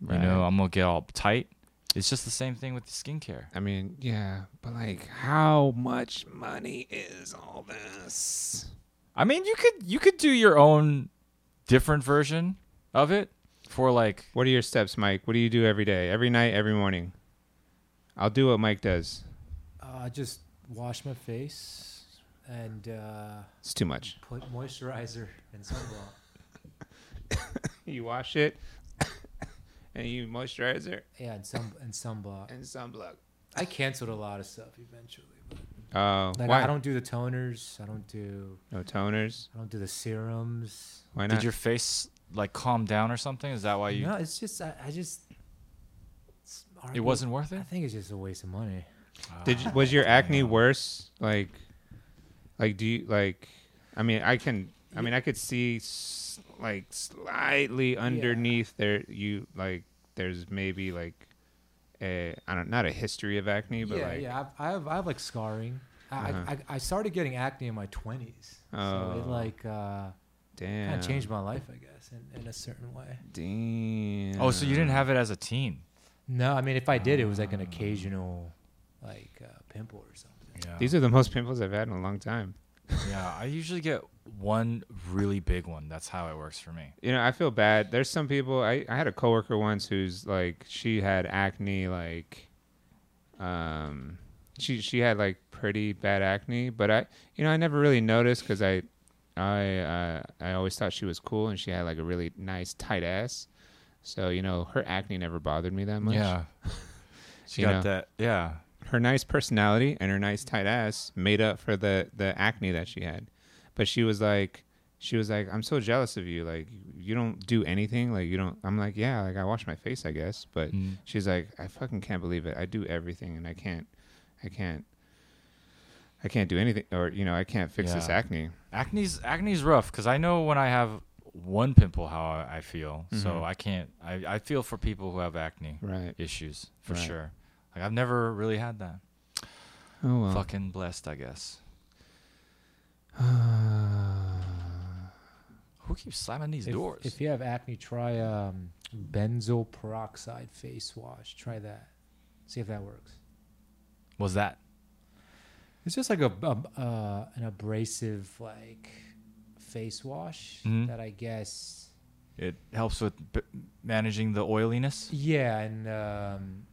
Speaker 1: You know, I'm gonna get all tight. It's just the same thing with the skincare.
Speaker 2: I mean, yeah, but like, how much money is all this?
Speaker 1: I mean, you could you could do your own different version of it for like
Speaker 2: What are your steps, Mike? What do you do every day, every night, every morning? I'll do what Mike does.
Speaker 4: Uh, just wash my face and uh,
Speaker 2: It's too much.
Speaker 4: put moisturizer and sunblock.
Speaker 2: You wash it, and you moisturizer
Speaker 4: Yeah, and sun and sunblock.
Speaker 2: and sunblock.
Speaker 4: I canceled a lot of stuff eventually. But
Speaker 2: Oh,
Speaker 4: like
Speaker 2: why?
Speaker 4: I don't do the toners. I don't do
Speaker 2: no toners.
Speaker 4: I don't do the serums.
Speaker 2: Why not?
Speaker 1: did your face like calm down or something? Is that why you?
Speaker 4: no, it's just I, I just. it's
Speaker 1: It
Speaker 4: already-
Speaker 1: wasn't worth
Speaker 4: I
Speaker 1: it.
Speaker 4: think it's just a waste of money.
Speaker 2: Did you, was your acne worse? Like, like do you like? I mean, I can. I mean, I could see s- like slightly underneath there. You like there's maybe like a I don't not a history of acne, but
Speaker 4: yeah,
Speaker 2: like
Speaker 4: yeah. I've, I have I have like scarring. I,
Speaker 2: Uh-huh.
Speaker 4: I I started getting acne in my twenties, so it
Speaker 2: Oh.
Speaker 4: like uh,
Speaker 2: damn,
Speaker 4: kind of changed my life, I guess, in, in a certain way.
Speaker 2: Damn.
Speaker 1: Oh, so you didn't have it as a teen?
Speaker 4: No, I mean, if I did, it was like
Speaker 2: Ah.
Speaker 4: an occasional, like uh, pimple or something.
Speaker 1: Yeah.
Speaker 2: These are the most pimples I've had in a long time.
Speaker 1: yeah, I usually get one really big one. That's how it works for me.
Speaker 2: You know, I feel bad. There's some people. I, I had a coworker once who's like she had acne like, um, she she had like pretty bad acne, but I you know I never really noticed because I, I uh, I always thought she was cool and she had like a really nice tight ass, so you know her acne never bothered me that much.
Speaker 1: Yeah. She
Speaker 2: You
Speaker 1: got
Speaker 2: know.
Speaker 1: that. Yeah.
Speaker 2: her nice personality and her nice tight ass made up for the the acne that she had but she was like she was like i'm so jealous of you like you don't do anything like you don't i'm like yeah like i wash my face i guess but
Speaker 1: Mm.
Speaker 2: she's like i fucking can't believe it i do everything and i can't i can't i can't do anything or you know i can't fix this
Speaker 1: Yeah.
Speaker 2: acne
Speaker 1: Acne's acne's rough because I know when I have one pimple how I, I feel.
Speaker 2: Mm-hmm.
Speaker 1: So I can't. I, I feel for people who have acne
Speaker 2: right
Speaker 1: issues for
Speaker 2: Right.
Speaker 1: sure. Like I've never really had that.
Speaker 2: oh well
Speaker 1: Fucking blessed, I guess. Who keeps slamming these
Speaker 4: If,
Speaker 1: doors?
Speaker 4: if you have acne, try um, benzoyl peroxide face wash. Try that. See if that works.
Speaker 1: Was that?
Speaker 4: It's just like a, a uh, an abrasive like face wash
Speaker 5: Mm-hmm.
Speaker 1: Mhm.
Speaker 4: that I guess.
Speaker 1: It helps with b- managing the oiliness.
Speaker 4: Yeah, and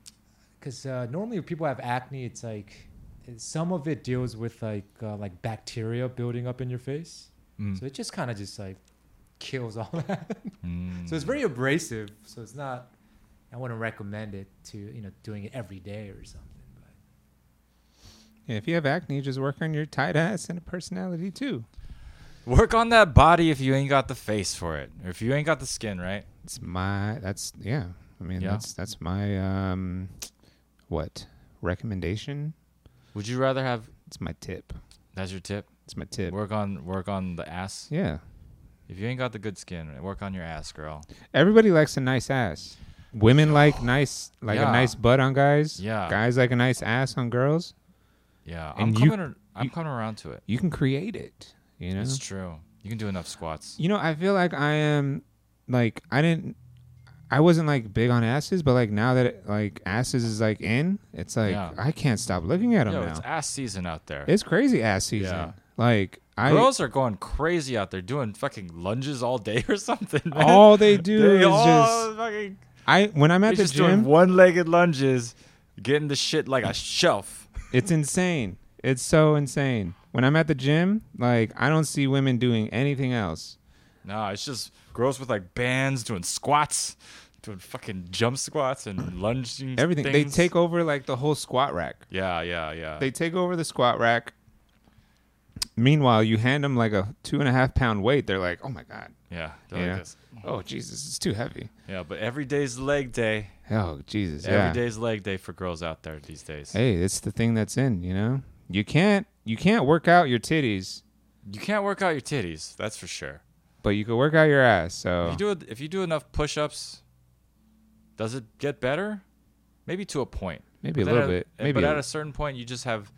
Speaker 4: because uh, normally when people have acne, it's like it- some of it deals with like uh, like bacteria building up in your face,
Speaker 1: Mm.
Speaker 4: so it just kind of just like kills all that.
Speaker 1: Mm.
Speaker 4: so it's very abrasive. So it's not. I wouldn't recommend it to you know doing it every day or something. But
Speaker 2: yeah, if you have acne just work on your tight ass and personality too
Speaker 1: Work on that body if you ain't got the face for it, or if you ain't got the skin, right?
Speaker 2: It's my that's yeah. I mean
Speaker 1: Yeah.
Speaker 2: that's that's my um what recommendation?
Speaker 1: Would you rather have?
Speaker 2: It's my tip.
Speaker 1: That's your tip.
Speaker 2: It's my tip.
Speaker 1: Work on work on the ass.
Speaker 2: Yeah.
Speaker 1: If you ain't got the good skin, work on your ass, girl.
Speaker 2: Everybody likes a nice ass. Women like nice, like
Speaker 1: Yeah.
Speaker 2: a nice butt on guys.
Speaker 1: Yeah.
Speaker 2: Guys like a nice ass on girls.
Speaker 1: Yeah,
Speaker 2: And
Speaker 1: I'm
Speaker 2: you-
Speaker 1: coming. ar- I'm coming around to it.
Speaker 2: You can create it. You know.
Speaker 1: It's true. You can do enough squats.
Speaker 2: You know, I feel like I am like I didn't I wasn't like big on asses, but like now that it, like asses is like in, it's like
Speaker 1: Yeah.
Speaker 2: I can't stop looking at them
Speaker 1: Yo,
Speaker 2: now.
Speaker 1: it's
Speaker 2: It's,
Speaker 1: ass season out there.
Speaker 2: crazy ass season.
Speaker 1: Yeah.
Speaker 2: Like I
Speaker 1: Girls are going crazy out there doing fucking lunges all day or something. Man.
Speaker 2: all they do
Speaker 1: They
Speaker 2: is
Speaker 1: all
Speaker 2: just
Speaker 1: fucking.
Speaker 2: I when I'm
Speaker 1: They're
Speaker 2: at the
Speaker 1: just doing
Speaker 2: gym,
Speaker 1: one-legged lunges, getting the shit like a shelf.
Speaker 2: it's insane. It's so insane. When I'm at the gym, like I don't see women doing anything else.
Speaker 1: No, it's just girls with like bands doing squats, doing fucking jump squats and lunging.
Speaker 2: Everything
Speaker 1: things.
Speaker 2: they take over like the whole squat rack.
Speaker 1: Yeah, yeah, yeah.
Speaker 2: They take over the squat rack. Meanwhile, you hand them like a two and a half pound weight. They're like, oh my God.
Speaker 1: yeah, they're
Speaker 2: Yeah.
Speaker 1: like this.
Speaker 2: Oh, Jesus, it's too heavy.
Speaker 1: Yeah, but every day's leg day.
Speaker 2: Oh, Jesus. yeah.
Speaker 1: Every day's leg day for girls out there these days.
Speaker 2: Hey, it's the thing that's in, you know? You can't you can't work out your titties,
Speaker 1: You can't work out your titties, that's for sure.
Speaker 2: but you can work out your ass.
Speaker 1: If
Speaker 2: So
Speaker 1: you do it- if you do enough push-ups, does it get better? Maybe to a point.
Speaker 2: maybe a
Speaker 1: But
Speaker 2: little
Speaker 1: at
Speaker 2: bit. Maybe
Speaker 1: But at
Speaker 2: a,
Speaker 1: a certain point, you just have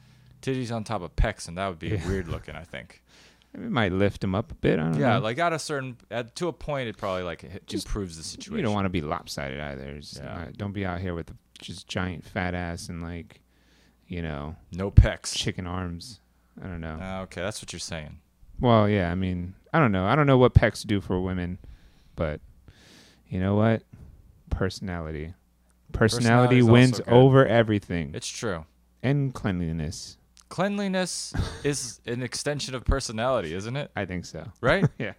Speaker 1: titties on top of pecs, and that would be weird looking. I think.
Speaker 2: it might lift them up a bit. I don't
Speaker 1: Yeah,
Speaker 2: know.
Speaker 1: like at a certain at to a point, it probably like it
Speaker 2: Just-
Speaker 1: improves the situation.
Speaker 2: you don't want to be lopsided either. It's
Speaker 1: Yeah.
Speaker 2: not- don't be out here with just giant fat ass and like, you know,
Speaker 1: no pecs.
Speaker 2: chicken arms. I don't know.
Speaker 1: Ah, okay, that's what you're saying.
Speaker 2: Well, yeah, I mean, I don't know. I don't know what pecs do for women, but you know what? Personality. Personality
Speaker 1: Personality's also
Speaker 2: wins
Speaker 1: good.
Speaker 2: over everything.
Speaker 1: It's true.
Speaker 2: and cleanliness.
Speaker 1: Cleanliness is an extension of personality, isn't it?
Speaker 2: I think so.
Speaker 1: Right.
Speaker 2: Yeah.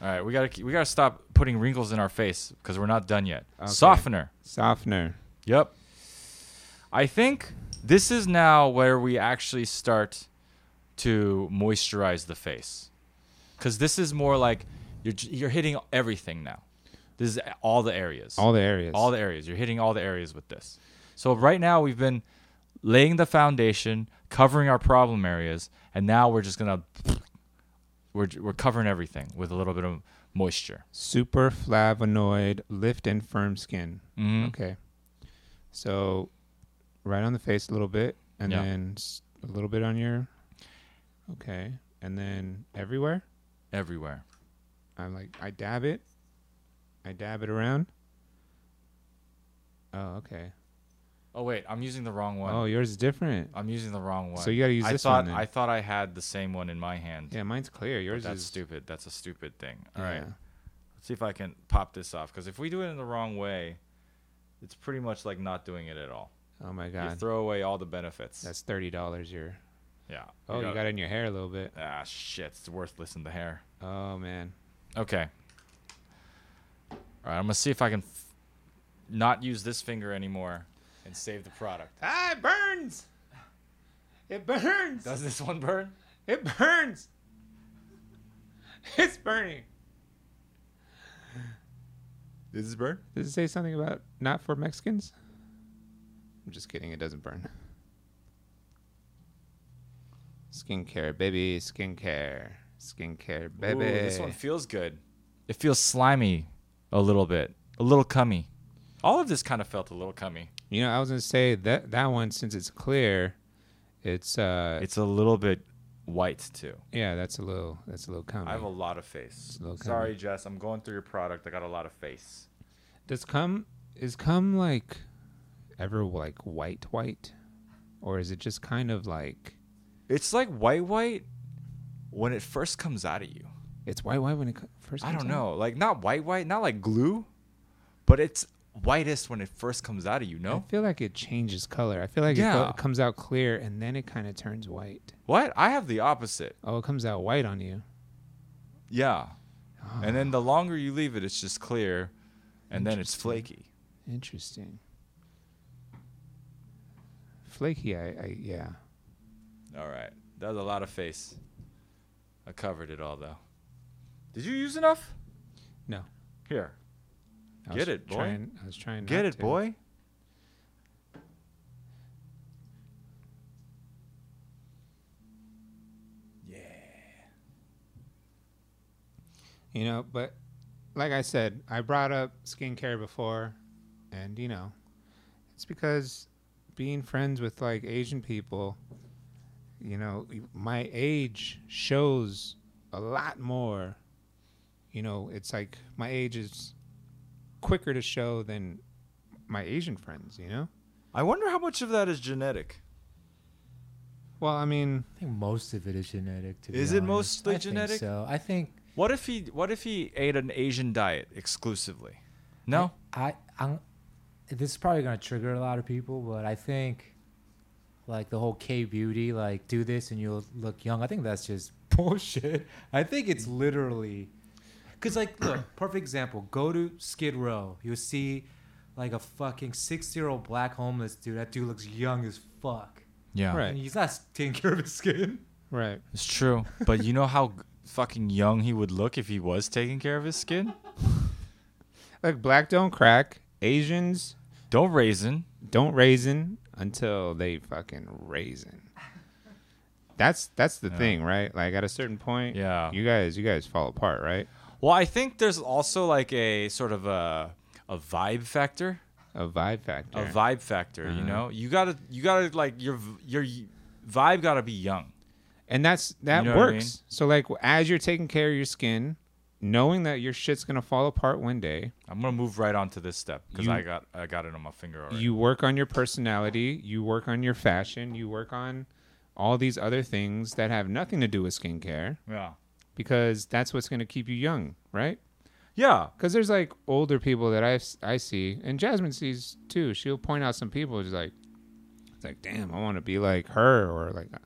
Speaker 1: All right, we gotta ke- we gotta stop putting wrinkles in our face because we're not done yet.
Speaker 2: Okay.
Speaker 1: Softener.
Speaker 2: Softener.
Speaker 1: Yep. I think this is now where we actually start to moisturize the face. Cuz this is more like you're j- you're hitting everything now. This is a- all the areas.
Speaker 2: All the areas.
Speaker 1: all the areas. You're hitting all the areas with this. So right now we've been laying the foundation, covering our problem areas, and now we're just going to we're we're covering everything with a little bit of moisture.
Speaker 2: super flavonoid, lift and firm skin.
Speaker 1: Mhm.
Speaker 2: Okay. So, right on the face a little bit, and
Speaker 1: Yeah.
Speaker 2: then s- a little bit on your. Okay, and then everywhere.
Speaker 1: Everywhere.
Speaker 2: I like I dab it. I dab it around. Oh, okay.
Speaker 1: Oh wait, I'm using the wrong one.
Speaker 2: Oh, yours is different.
Speaker 1: I'm using the wrong one.
Speaker 2: So you gotta use
Speaker 1: I
Speaker 2: this
Speaker 1: thought,
Speaker 2: one then.
Speaker 1: I thought I had the same one in my hand.
Speaker 2: Yeah, mine's clear.
Speaker 1: But
Speaker 2: Yours
Speaker 1: that's
Speaker 2: is
Speaker 1: stupid. That's a stupid thing.
Speaker 2: Yeah.
Speaker 1: All right. Let's see if I can pop this off. Because if we do it in the wrong way, it's pretty much like not doing it at all.
Speaker 2: Oh my
Speaker 1: You
Speaker 2: god.
Speaker 1: throw away all the benefits.
Speaker 2: That's thirty dollars. Your
Speaker 1: yeah.
Speaker 2: oh, you got it in your hair a little bit.
Speaker 1: Ah, shit. It's worthless in the hair.
Speaker 2: Oh man.
Speaker 1: Okay. All right. I'm going to see if I can f- not use this finger anymore and save the product.
Speaker 2: Ah, it burns. It burns.
Speaker 1: Does this one burn?
Speaker 2: It burns. It's burning.
Speaker 1: Does this burn?
Speaker 2: Does it say something about not for Mexicans? I'm just kidding. It doesn't burn. Skincare, baby. Skincare. Skincare,
Speaker 1: Ooh,
Speaker 2: baby.
Speaker 1: this one feels good. It feels slimy a little bit, a little cummy. All of this kind of felt a little cummy.
Speaker 2: You know, I was gonna say that that one since it's clear, it's uh,
Speaker 1: It's a little bit white too.
Speaker 2: yeah, that's a little that's a little
Speaker 1: I have a
Speaker 2: common.
Speaker 1: lot of face.
Speaker 2: a little cummy.
Speaker 1: Sorry, Jess. I'm going through your product. I got a lot of face.
Speaker 2: Does come is come like ever like white white, or is it just kind of like
Speaker 1: It's like white, white when it first comes out of you.
Speaker 2: it's white white when it co- first?
Speaker 1: I
Speaker 2: comes
Speaker 1: don't
Speaker 2: out?
Speaker 1: know. Like not white, white, not like glue, but it's whitest when it first comes out of you.
Speaker 2: I
Speaker 1: No,
Speaker 2: feel like it changes color. I feel like it, go-
Speaker 1: Yeah.
Speaker 2: it comes out clear and then it kind of turns white.
Speaker 1: what? I have the opposite.
Speaker 2: Oh, it comes out white on you.
Speaker 1: Yeah,
Speaker 2: Ah.
Speaker 1: and then the longer you leave it, it's just clear, and then it's flaky.
Speaker 2: Interesting. Flaky, I, I yeah.
Speaker 1: All right. That was a lot of face. I covered it all though. Did you use enough?
Speaker 2: No.
Speaker 1: Here.
Speaker 2: I
Speaker 1: Get
Speaker 2: was
Speaker 1: it, boy.
Speaker 2: Trying, I was trying.
Speaker 1: Get
Speaker 2: not
Speaker 1: it,
Speaker 2: to.
Speaker 1: boy.
Speaker 2: you know. But like I said, I brought up skincare before, and you know, it's because being friends with like Asian people, you know, my age shows a lot more. You know, it's like my age is quicker to show than my Asian friends. You know.
Speaker 5: I wonder how much of that is genetic.
Speaker 2: Well, I mean,
Speaker 4: I think most of it is genetic. To be
Speaker 5: Is it
Speaker 4: honest.
Speaker 5: mostly
Speaker 4: I think
Speaker 5: genetic?
Speaker 4: so I think
Speaker 5: What if he What if he ate an Asian diet exclusively? No.
Speaker 4: I I'm, this is probably gonna trigger a lot of people, but I think like the whole K beauty, like do this and you'll look young. I think that's just bullshit. I think it's literally because like look, perfect example. Go to Skid Row, you'll see like a fucking six year old black homeless dude. That dude looks young as fuck.
Speaker 1: Yeah.
Speaker 2: Right.
Speaker 4: And he's not taking care of his skin.
Speaker 2: right.
Speaker 1: It's true. But you know how g- fucking young he would look if he was taking care of his skin?
Speaker 2: Like black don't crack. Asians
Speaker 1: Don't raisin.
Speaker 2: don't raisin until they fucking raisin. That's that's the thing, right? Like at a certain point,
Speaker 1: Yeah.
Speaker 2: You guys, you guys fall apart, right?
Speaker 1: Well, I think there's also like a sort of a a vibe factor.
Speaker 2: A vibe factor.
Speaker 1: A vibe factor, you know? You got to you got to like your v- your y- vibe got to be young.
Speaker 2: and that's that
Speaker 1: You know what I
Speaker 2: works. So like as you're taking care of your skin, knowing that your shit's gonna fall apart one day,
Speaker 1: I'm going to move right on to this step cuz
Speaker 2: You-
Speaker 1: I got I got it on my finger already.
Speaker 2: you work on your personality, you work on your fashion, you work on all these other things that have nothing to do with skincare
Speaker 1: yeah.
Speaker 2: because that's what's gonna keep you young, right?
Speaker 1: Yeah.
Speaker 2: Because there's like older people that I I see, and Jasmine sees too. She'll point out some people. She's like, it's like, damn, I want to be like her, or like, I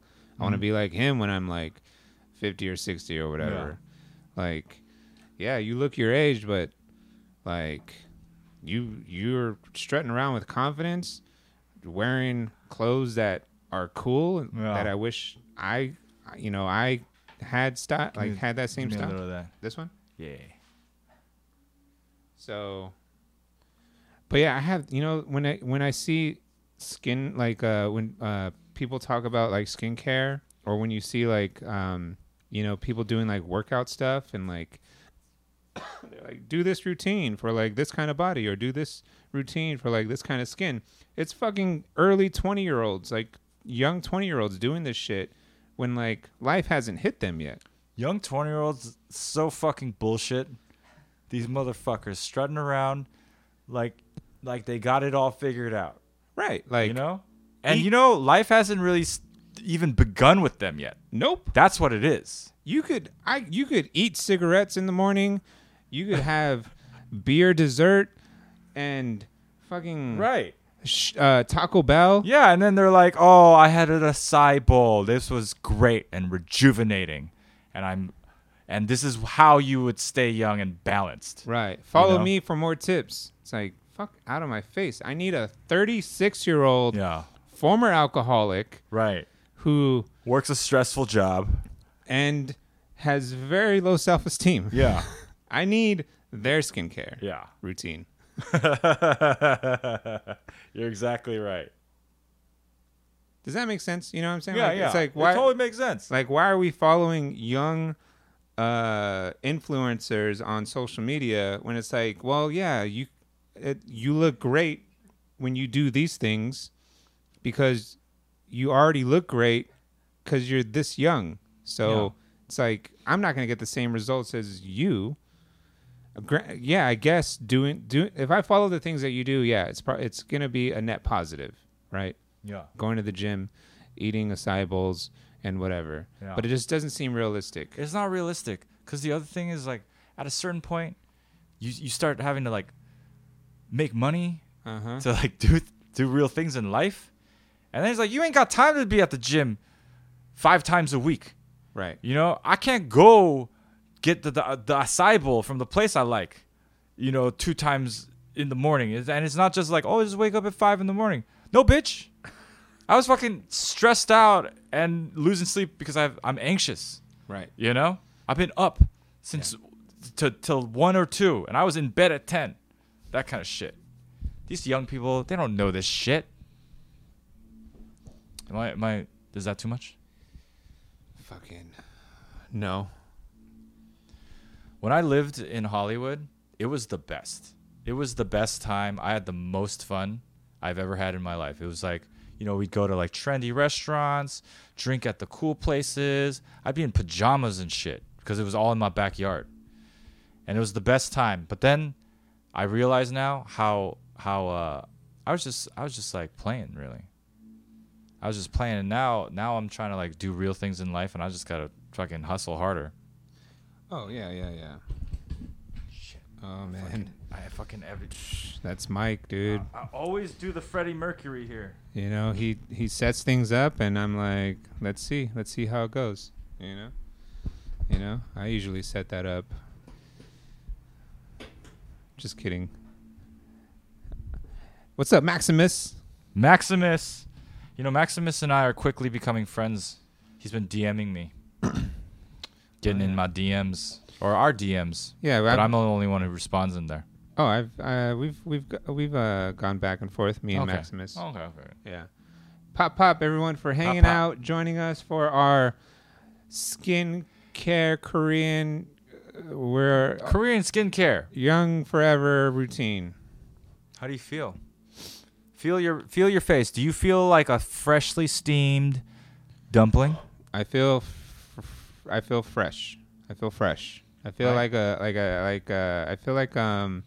Speaker 2: want to
Speaker 1: Mm-hmm.
Speaker 2: be like him when I'm like, fifty or sixty or whatever. Like, yeah, you look your age, but like, you you're strutting around with confidence, wearing clothes that are cool
Speaker 1: Yeah.
Speaker 2: that I wish I, you know, I had style like
Speaker 1: me-
Speaker 2: had that same
Speaker 1: Give me a little
Speaker 2: style.
Speaker 1: of that.
Speaker 2: This one.
Speaker 1: Yeah.
Speaker 2: So, but yeah, I have you know when I when I see skin like uh when uh people talk about like skincare or when you see like um you know people doing like workout stuff and like they're like do this routine for like this kind of body or do this routine for like this kind of skin. It's fucking early 20 year olds like young 20 year olds doing this shit when like life hasn't hit them yet.
Speaker 1: Young 20 year olds, so fucking bullshit. These motherfuckers strutting around like like they got it all figured out,
Speaker 2: Right. Like e
Speaker 1: you know? And you know, life hasn't really s even begun with them yet.
Speaker 2: nope.
Speaker 1: That's what it is.
Speaker 2: you could I you could eat cigarettes in the morning, you could have beer dessert and fucking
Speaker 1: Right.
Speaker 2: sh- uh, Taco Bell.
Speaker 1: Yeah, and then they're like, "Oh, I had an acai bowl. This was great and rejuvenating." And I'm and this is how you would stay young and balanced.
Speaker 2: Right. Follow
Speaker 1: know?
Speaker 2: me for more tips. It's like fuck out of my face. I need a 36 year old
Speaker 1: Yeah.
Speaker 2: former alcoholic
Speaker 1: Right.
Speaker 2: who
Speaker 1: Works a stressful job.
Speaker 2: and has very low self esteem.
Speaker 1: Yeah.
Speaker 2: I need their skincare
Speaker 1: yeah.
Speaker 2: routine.
Speaker 1: You're exactly right.
Speaker 2: Does that make sense? You know what I'm saying?
Speaker 1: Yeah,
Speaker 2: Like,
Speaker 1: yeah.
Speaker 2: It's like why
Speaker 1: it totally makes sense.
Speaker 2: Like, why are we following young uh, influencers on social media when it's like, well, yeah, you it, you look great when you do these things because you already look great because you're this young. So it's like I'm not gonna get the same results as you. Gra- Yeah, I guess doing do if I follow the things that you do, yeah, it's pro- it's gonna be a net positive, right?
Speaker 1: yeah.
Speaker 2: going to the gym, eating acai bowls and whatever.
Speaker 1: Yeah.
Speaker 2: But it just doesn't seem realistic.
Speaker 1: It's not realistic because the other thing is like at a certain point, you you start having to like make money
Speaker 2: Uh-huh.
Speaker 1: to like do do real things in life, and then it's like you ain't got time to be at the gym five times a week.
Speaker 2: Right.
Speaker 1: You know, I can't go get the the, the acai bowl from the place I like. You know, two times in the morning, It's- and it's not just like oh, just wake up at five in the morning. No, bitch. I was fucking stressed out and losing sleep because I've, I'm anxious.
Speaker 2: Right.
Speaker 1: You know, I've been up since t- till one or two, and I was in bed at ten. That kind of shit. These young people, they don't know this shit. Am I? Am I? Is that too much?
Speaker 2: Fucking no.
Speaker 1: when I lived in Hollywood, it was the best. It was the best time. I had the most fun I've ever had in my life. It was like, you know, we'd go to like trendy restaurants, drink at the cool places. I'd be in pajamas and shit because it was all in my backyard. And it was the best time. But then I realize now how how uh I was just I was just like playing really. I was just playing and now now I'm trying to like do real things in life and I just got to fucking hustle harder.
Speaker 2: Oh yeah, yeah, yeah. Oh man,
Speaker 1: I fucking every
Speaker 2: that's Mike, dude.
Speaker 1: I always do the Freddie Mercury here.
Speaker 2: You know, he he sets things up, and I'm like, let's see, let's see how it goes. You know, you know, I usually set that up. Just kidding. What's up, Maximus?
Speaker 1: Maximus. You know, Maximus and I are quickly becoming friends. He's been DMing me. Getting in my DMs or our DMs.
Speaker 2: Yeah,
Speaker 1: But
Speaker 2: I-
Speaker 1: I'm the only one who responds in there.
Speaker 2: Oh, I've uh, we've we've go- we've uh, gone back and forth, me and
Speaker 1: Okay.
Speaker 2: Maximus.
Speaker 1: Okay, okay.
Speaker 2: Yeah. Pop pop everyone for hanging
Speaker 1: pop.
Speaker 2: out, joining us for our skincare Korean uh, we're
Speaker 1: Korean skincare.
Speaker 2: young forever routine.
Speaker 1: How do you feel? Feel your feel your face. Do you feel like a freshly steamed dumpling?
Speaker 2: I feel f- f- I feel fresh. I feel fresh. I feel
Speaker 1: Right.
Speaker 2: like a like a like a I feel like um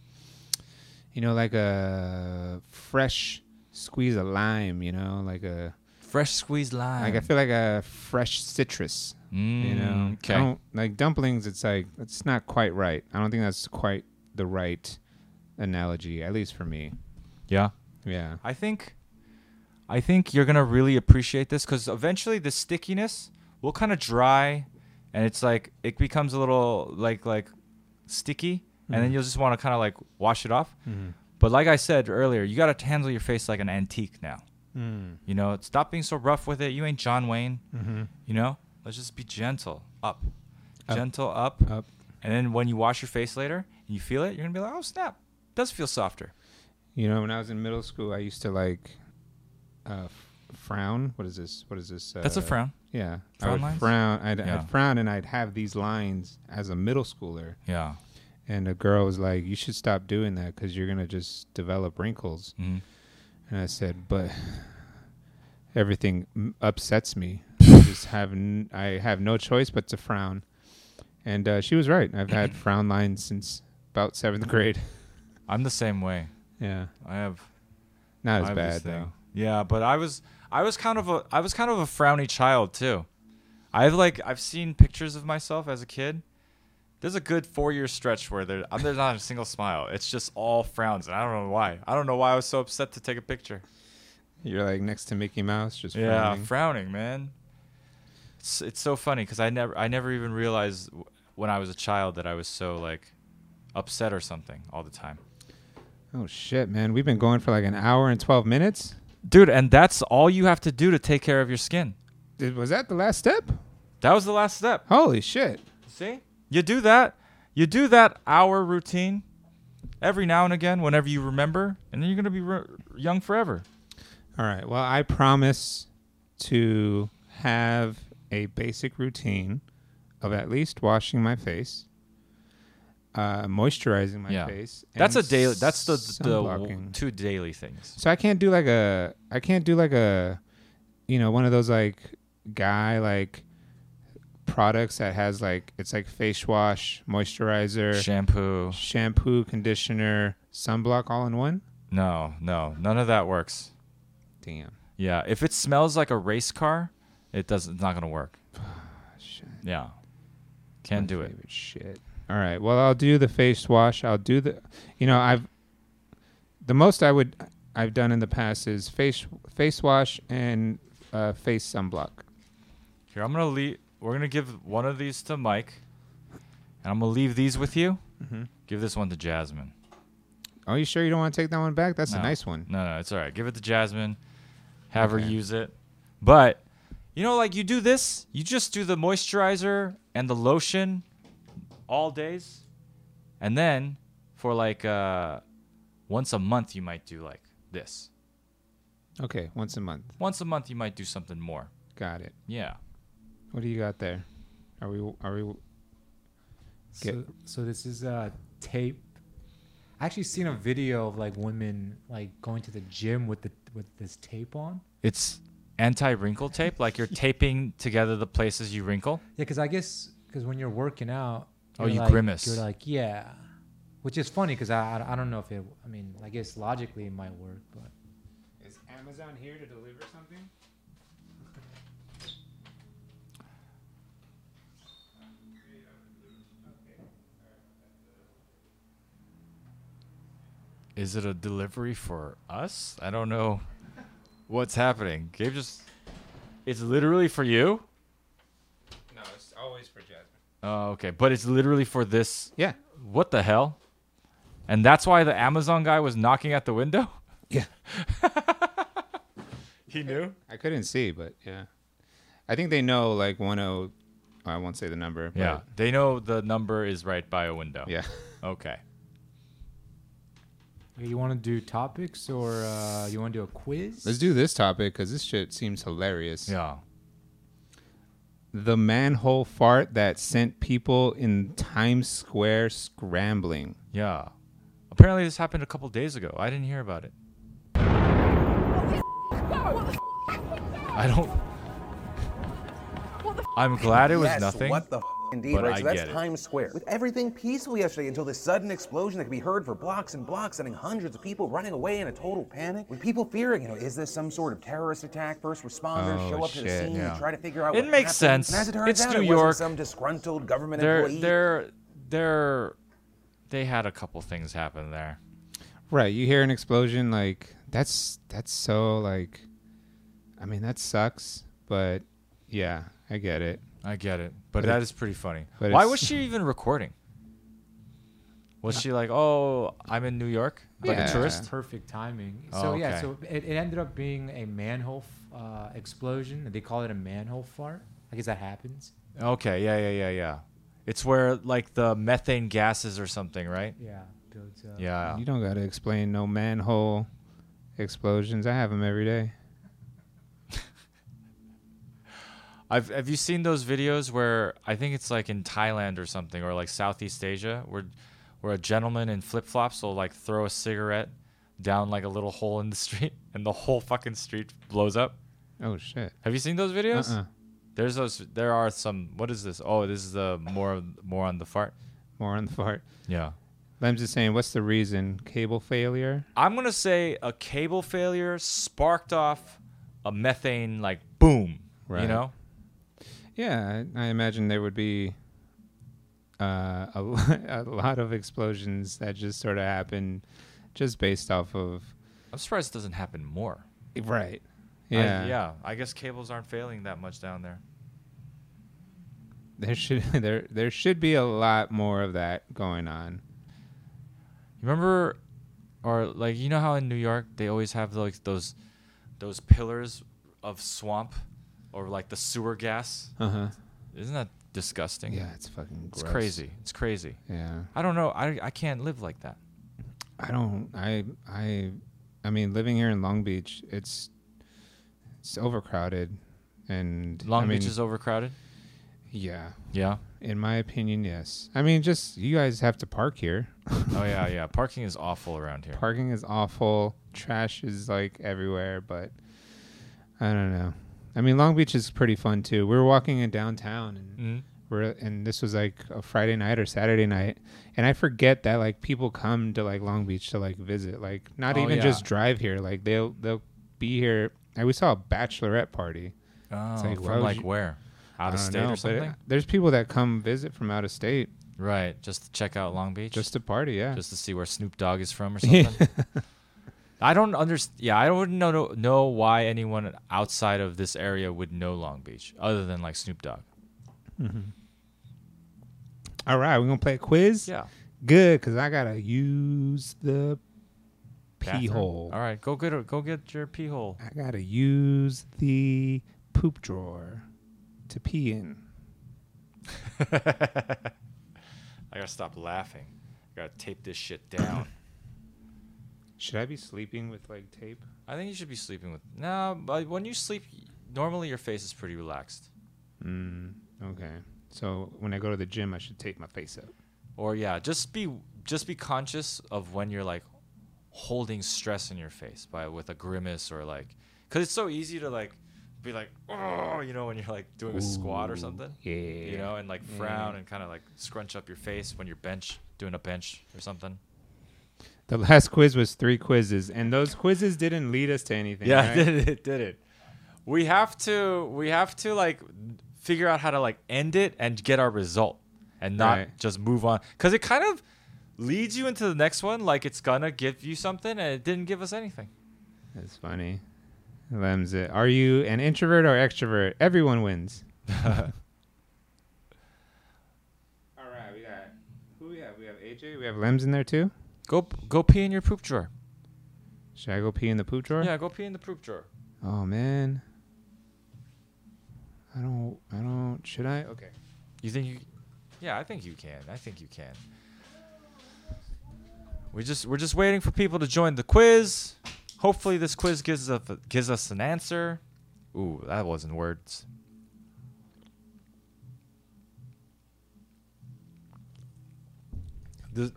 Speaker 2: you know like a fresh squeeze of lime, you know, like a
Speaker 1: Fresh squeezed lime.
Speaker 2: like I feel like a fresh citrus.
Speaker 1: mm,
Speaker 2: you know I
Speaker 1: Okay.
Speaker 2: don't, like dumplings it's like it's not quite right i don't think that's quite the right analogy at least for me
Speaker 1: Yeah.
Speaker 2: yeah
Speaker 1: I think I think you're gonna really appreciate this because eventually the stickiness will kind of dry, and it's like it becomes a little like like sticky, and
Speaker 2: Mm-hmm.
Speaker 1: then you'll just want to kind of like wash it off. But like I said earlier, you gotta handle your face like an antique now. You know, stop being so rough with it. You ain't John Wayne. You know, let's just be gentle up,
Speaker 2: Mm-hmm. Up.
Speaker 1: gentle up.
Speaker 2: Up.
Speaker 1: and then when you wash your face later and you feel it, you're gonna be like, oh snap, does feel softer.
Speaker 2: you know when i was in middle school i used to like uh f- frown what is this what is this uh,
Speaker 1: That's a frown.
Speaker 2: yeah i
Speaker 1: Frown
Speaker 2: would
Speaker 1: lines?
Speaker 2: frown I'd,
Speaker 1: Yeah.
Speaker 2: I'd frown and i'd have these lines as a middle schooler
Speaker 1: Yeah.
Speaker 2: and a girl was like you should stop doing that because you're gonna just develop wrinkles
Speaker 1: Mm-hmm.
Speaker 2: And I said, "But everything m- upsets me. I just have n- I have no choice but to frown." And uh, she was right. I've had frown lines since about seventh grade.
Speaker 1: I'm the same way.
Speaker 2: Yeah,
Speaker 1: I have
Speaker 2: not
Speaker 1: I
Speaker 2: as
Speaker 1: have this
Speaker 2: bad
Speaker 1: thing.
Speaker 2: though.
Speaker 1: Yeah, but I was I was kind of a I was kind of a frowny child too. I've like I've seen pictures of myself as a kid. There's a good four year stretch where there I'm- there's not a single smile. It's just all frowns, and I don't know why. I don't know why I was so upset to take a picture.
Speaker 2: You're like next to Mickey Mouse, just
Speaker 1: Yeah,
Speaker 2: frowning.
Speaker 1: frowning, man. It's it's so funny because I never I never even realized w- when I was a child that I was so like upset or something all the time.
Speaker 2: oh shit, man! We've been going for like an hour and twelve minutes.
Speaker 1: Dude, and that's all you have to do to take care of your skin.
Speaker 2: Did, was that the last step?
Speaker 1: That was the last step.
Speaker 2: Holy shit!
Speaker 1: See? You do that. You do that hour routine every now and again whenever you remember, and then you're going to be re- young forever.
Speaker 2: All right. Well, I promise to have a basic routine of at least washing my face, uh, moisturizing my
Speaker 1: Yeah.
Speaker 2: face.
Speaker 1: That's a
Speaker 2: and
Speaker 1: daily that's the the
Speaker 2: sunblocking.
Speaker 1: two daily things.
Speaker 2: so I can't do like a I can't do like a you know one of those like guy like products that has like it's like face wash, moisturizer,
Speaker 1: Shampoo.
Speaker 2: shampoo, conditioner, sunblock all in one.
Speaker 1: No, no. None of that works.
Speaker 2: Damn.
Speaker 1: Yeah, if it smells like a race car, it doesn't it's not going to work. Yeah. Can't do it.
Speaker 2: Shit. All right. Well, I'll do the face wash. I'll do the. You know, I've the most I would I've done in the past is face face wash and uh, face sunblock.
Speaker 1: Here, I'm going to leave we're going to give one of these to Mike. And I'm going to leave these with you. Give this one to Jasmine.
Speaker 2: Are Oh, you sure you don't want to take that one back? That's a
Speaker 1: No.
Speaker 2: nice one.
Speaker 1: No, no, it's all right. Give it to Jasmine. Have her
Speaker 2: Okay.
Speaker 1: use it. But you know, like you do this, you just do the moisturizer and the lotion all days, and then for like uh, once a month you might do like this. Mm.
Speaker 2: Okay, once a month.
Speaker 1: Once a month you might do something more.
Speaker 2: Got it.
Speaker 1: Yeah.
Speaker 2: What do you got there? Are we are we Get-
Speaker 4: So, so this is a tape. I actually seen a video of like women like going to the gym with the with this tape on.
Speaker 1: It's anti wrinkle tape, like you're taping together the places you wrinkle.
Speaker 4: Yeah, because I guess because when you're working out,
Speaker 1: Oh,
Speaker 4: you're
Speaker 1: you
Speaker 4: like-
Speaker 1: grimace.
Speaker 4: You're like, yeah, which is funny because I, I I don't know if it. I mean, I guess logically it might work, but
Speaker 2: Is Amazon here to deliver something?
Speaker 1: Is it a delivery for us? I don't know what's happening. Gabe just. It's literally for you?
Speaker 2: No, it's always for Jasmine.
Speaker 1: Oh, okay. But it's literally for this.
Speaker 2: Yeah.
Speaker 1: What the hell? And that's why the Amazon guy was knocking at the window?
Speaker 2: Yeah.
Speaker 1: He knew?
Speaker 2: I couldn't see, but yeah. I think they know like 10 I won't say the number, but
Speaker 1: Yeah. They know the number is right by a window.
Speaker 2: Yeah.
Speaker 1: Okay.
Speaker 4: Hey, you want to do topics or uh, you want to do a quiz?
Speaker 2: Let's do this topic cuz this shit seems hilarious.
Speaker 1: Yeah.
Speaker 2: The manhole fart that sent people in Times Square scrambling.
Speaker 1: Yeah. Apparently, this happened a couple days ago. I didn't hear about it. I don't. I'm glad it was
Speaker 6: yes,
Speaker 1: nothing.
Speaker 6: What the f- indeed,
Speaker 1: but
Speaker 6: right?
Speaker 1: I
Speaker 6: so that's
Speaker 1: get it.
Speaker 6: Times Square. With everything peaceful yesterday until this sudden explosion that could be heard for blocks and blocks, sending hundreds of people running away in a total panic. With people fearing, you know, is this some sort of terrorist attack? First responders
Speaker 2: Oh,
Speaker 6: show up to the
Speaker 2: shit,
Speaker 6: scene
Speaker 2: yeah.
Speaker 6: to try to figure out
Speaker 1: It
Speaker 6: what
Speaker 1: makes
Speaker 6: happened.
Speaker 1: sense.
Speaker 6: And as it turns
Speaker 1: It's
Speaker 6: out,
Speaker 1: New
Speaker 6: it
Speaker 1: York.
Speaker 6: wasn't some disgruntled government
Speaker 1: they're
Speaker 6: employee.
Speaker 1: they're they're they had a couple things happen there.
Speaker 2: Right, you hear an explosion like that's that's so like I mean that sucks, but yeah, I get it.
Speaker 1: I get it, but,
Speaker 2: But
Speaker 1: that
Speaker 2: it-
Speaker 1: is pretty funny.
Speaker 2: but
Speaker 1: Why
Speaker 2: it's-
Speaker 1: was she even recording? Was she like, "Oh, I'm in New York, like
Speaker 2: Yeah.
Speaker 1: a tourist"?
Speaker 4: perfect timing.
Speaker 1: Oh,
Speaker 4: So yeah,
Speaker 1: okay.
Speaker 4: so it, it ended up being a manhole f- uh, explosion. They call it a manhole fart. I guess that happens.
Speaker 1: Okay, yeah, yeah, yeah, yeah. It's where like the methane gases or something, right?
Speaker 4: Yeah, uh, builds up.
Speaker 1: Yeah.
Speaker 2: You don't got to explain no manhole explosions. I have them every day.
Speaker 1: I've have you seen those videos where I think it's like in Thailand or something or like Southeast Asia where where a gentleman in flip flops will like throw a cigarette down like a little hole in the street and the whole fucking street blows up.
Speaker 2: Oh shit.
Speaker 1: Have you seen those videos?
Speaker 2: Uh-uh.
Speaker 1: There's those there are some what is this? Oh, this is the more more on the fart.
Speaker 2: More on the fart.
Speaker 1: Yeah.
Speaker 2: Lem's is saying, what's the reason? Cable failure?
Speaker 1: I'm gonna say a cable failure sparked off a methane like boom.
Speaker 2: Right.
Speaker 1: You know?
Speaker 2: Yeah, I I imagine there would be uh, a, lo- a lot of explosions that just sort of happen just based off of.
Speaker 1: I'm surprised it doesn't happen more.
Speaker 2: Right.
Speaker 1: I-
Speaker 2: Yeah.
Speaker 1: yeah. I guess cables aren't failing that much down there.
Speaker 2: There should there there should be a lot more of that going on.
Speaker 1: You remember, or like you know how in New York they always have like those, those pillars of swamp, or like the sewer gas.
Speaker 2: Uh huh.
Speaker 1: Isn't that disgusting?
Speaker 2: Yeah, it's fucking.
Speaker 1: Uh-huh. it's
Speaker 2: gross.
Speaker 1: crazy. It's crazy.
Speaker 2: Yeah.
Speaker 1: I don't know. I I can't live like that.
Speaker 2: I don't. I. I. I mean, living here in Long Beach, it's it's overcrowded, and
Speaker 1: Long
Speaker 2: I mean,
Speaker 1: Beach is overcrowded.
Speaker 2: Yeah,
Speaker 1: Yeah.
Speaker 2: in my opinion, yes. I mean, just you guys have to park here.
Speaker 1: Oh yeah, yeah. Parking is awful around here.
Speaker 2: Parking is awful. Trash is like everywhere, but I don't know. I mean, Long Beach is pretty fun too. We were walking in downtown, and
Speaker 1: Mhm.
Speaker 2: we're and this was like a Friday night or Saturday night, and I forget that like people come to like Long Beach to like visit, like not
Speaker 1: Oh,
Speaker 2: even
Speaker 1: yeah.
Speaker 2: just drive here. Like they'll they'll be here. And we saw a bachelorette party
Speaker 1: Oh,
Speaker 2: like, why
Speaker 1: from
Speaker 2: would
Speaker 1: like
Speaker 2: you-
Speaker 1: where? Out
Speaker 2: I
Speaker 1: of
Speaker 2: don't
Speaker 1: state
Speaker 2: know,
Speaker 1: or
Speaker 2: but uh, it-
Speaker 1: something.
Speaker 2: there's people that come visit from out of state
Speaker 1: right. Just to check out Long Beach.
Speaker 2: just to party. Yeah,
Speaker 1: just to see where Snoop Dogg is from or something. I don't understand. Yeah, I don't know know why anyone outside of this area would know Long Beach other than like Snoop Dogg.
Speaker 2: All right, we're gonna play a quiz.
Speaker 1: Yeah.
Speaker 2: Good, cause I gotta use the pee
Speaker 1: Bathroom.
Speaker 2: hole.
Speaker 1: All right, go get a, go get your pee hole.
Speaker 2: I gotta use the poop drawer to pee in.
Speaker 1: I gotta stop laughing. I gotta tape this shit down.
Speaker 2: Should I be sleeping with like tape?
Speaker 1: I think you should be sleeping with. No, but when you sleep, normally your face is pretty relaxed.
Speaker 2: Mm, okay. So when I go to the gym, I should tape my face up.
Speaker 1: Or yeah, just be just be conscious of when you're like holding stress in your face by with a grimace or like cuz it's so easy to like be like oh, you know when you're like doing a squat or something.
Speaker 2: Yeah.
Speaker 1: You know, and like frown and kind of like scrunch up your face when you're bench doing a bench or something.
Speaker 2: The last quiz was three quizzes, and those quizzes didn't lead us to anything.
Speaker 1: Yeah,
Speaker 2: right?
Speaker 1: it did it did it. We have to we have to like figure out how to like end it and get our result and not
Speaker 2: Right.
Speaker 1: just move on cuz it kind of leads you into the next one like it's gonna give you something and it didn't give us anything.
Speaker 2: That's funny. Lem's it. Are you an introvert or extrovert? Everyone wins. All right, we got who we have. We have AJ. We have Lems in there too.
Speaker 1: Go go pee in your poop drawer.
Speaker 2: Should I go pee in the poop drawer?
Speaker 1: Yeah, go pee in the poop drawer.
Speaker 2: Oh man. I don't. I don't. Should I? Okay.
Speaker 1: You think you Yeah, I think you can. I think you can. We just we're just waiting for people to join the quiz. Hopefully this quiz gives us a, gives us an answer. Ooh, that wasn't words. The,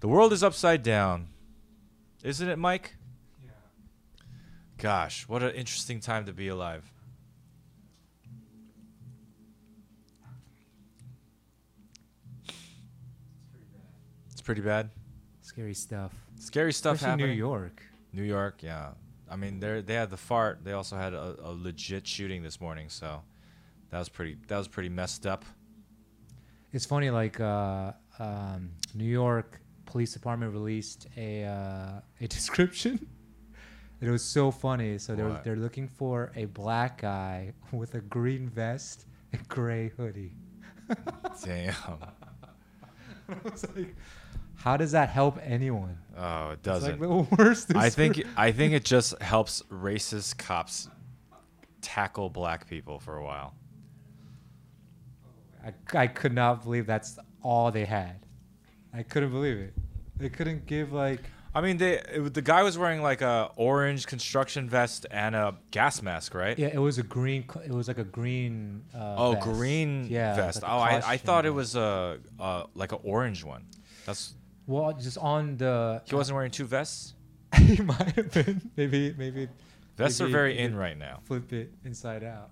Speaker 1: the world is upside down. Isn't it, Mike? Yeah. Gosh, what an interesting time to be alive. It's pretty bad.
Speaker 4: Scary stuff.
Speaker 1: Scary stuff
Speaker 4: Especially
Speaker 1: happening.
Speaker 4: New York.
Speaker 1: New York, yeah. I
Speaker 4: Mm.
Speaker 1: mean, they they had the fart. They also had a, a legit shooting this morning, so that was pretty that was pretty messed up.
Speaker 4: It's funny, like uh, um, New York Police Department released a uh, a description. it was so funny. So they're
Speaker 1: What?
Speaker 4: they're looking for a black guy with a green vest and gray hoodie.
Speaker 1: Damn. Oh,
Speaker 4: It's like, how does that help anyone?
Speaker 1: Oh, it
Speaker 4: It's like
Speaker 1: doesn't.
Speaker 4: the worst.
Speaker 1: I
Speaker 4: description.
Speaker 1: think I think it just helps racist cops tackle black people for a while.
Speaker 4: I, I could not believe that's all they had. I couldn't believe it. They couldn't give like
Speaker 1: I mean, they it, the guy was wearing like a orange construction vest and a gas mask, right?
Speaker 4: yeah. It was a green. co- It was like a green. Uh,
Speaker 1: Oh,
Speaker 4: vest.
Speaker 1: green
Speaker 4: Yeah,
Speaker 1: vest.
Speaker 4: like a
Speaker 1: oh, I, I
Speaker 4: costume
Speaker 1: thought it was
Speaker 4: vest.
Speaker 1: a uh, like an orange one. That's
Speaker 4: Well, just on the.
Speaker 1: he wasn't wearing two vests.
Speaker 4: he might have been. Maybe maybe.
Speaker 1: Vests are
Speaker 4: maybe
Speaker 1: very
Speaker 4: he
Speaker 1: in
Speaker 4: did
Speaker 1: right now.
Speaker 4: Flip it inside out.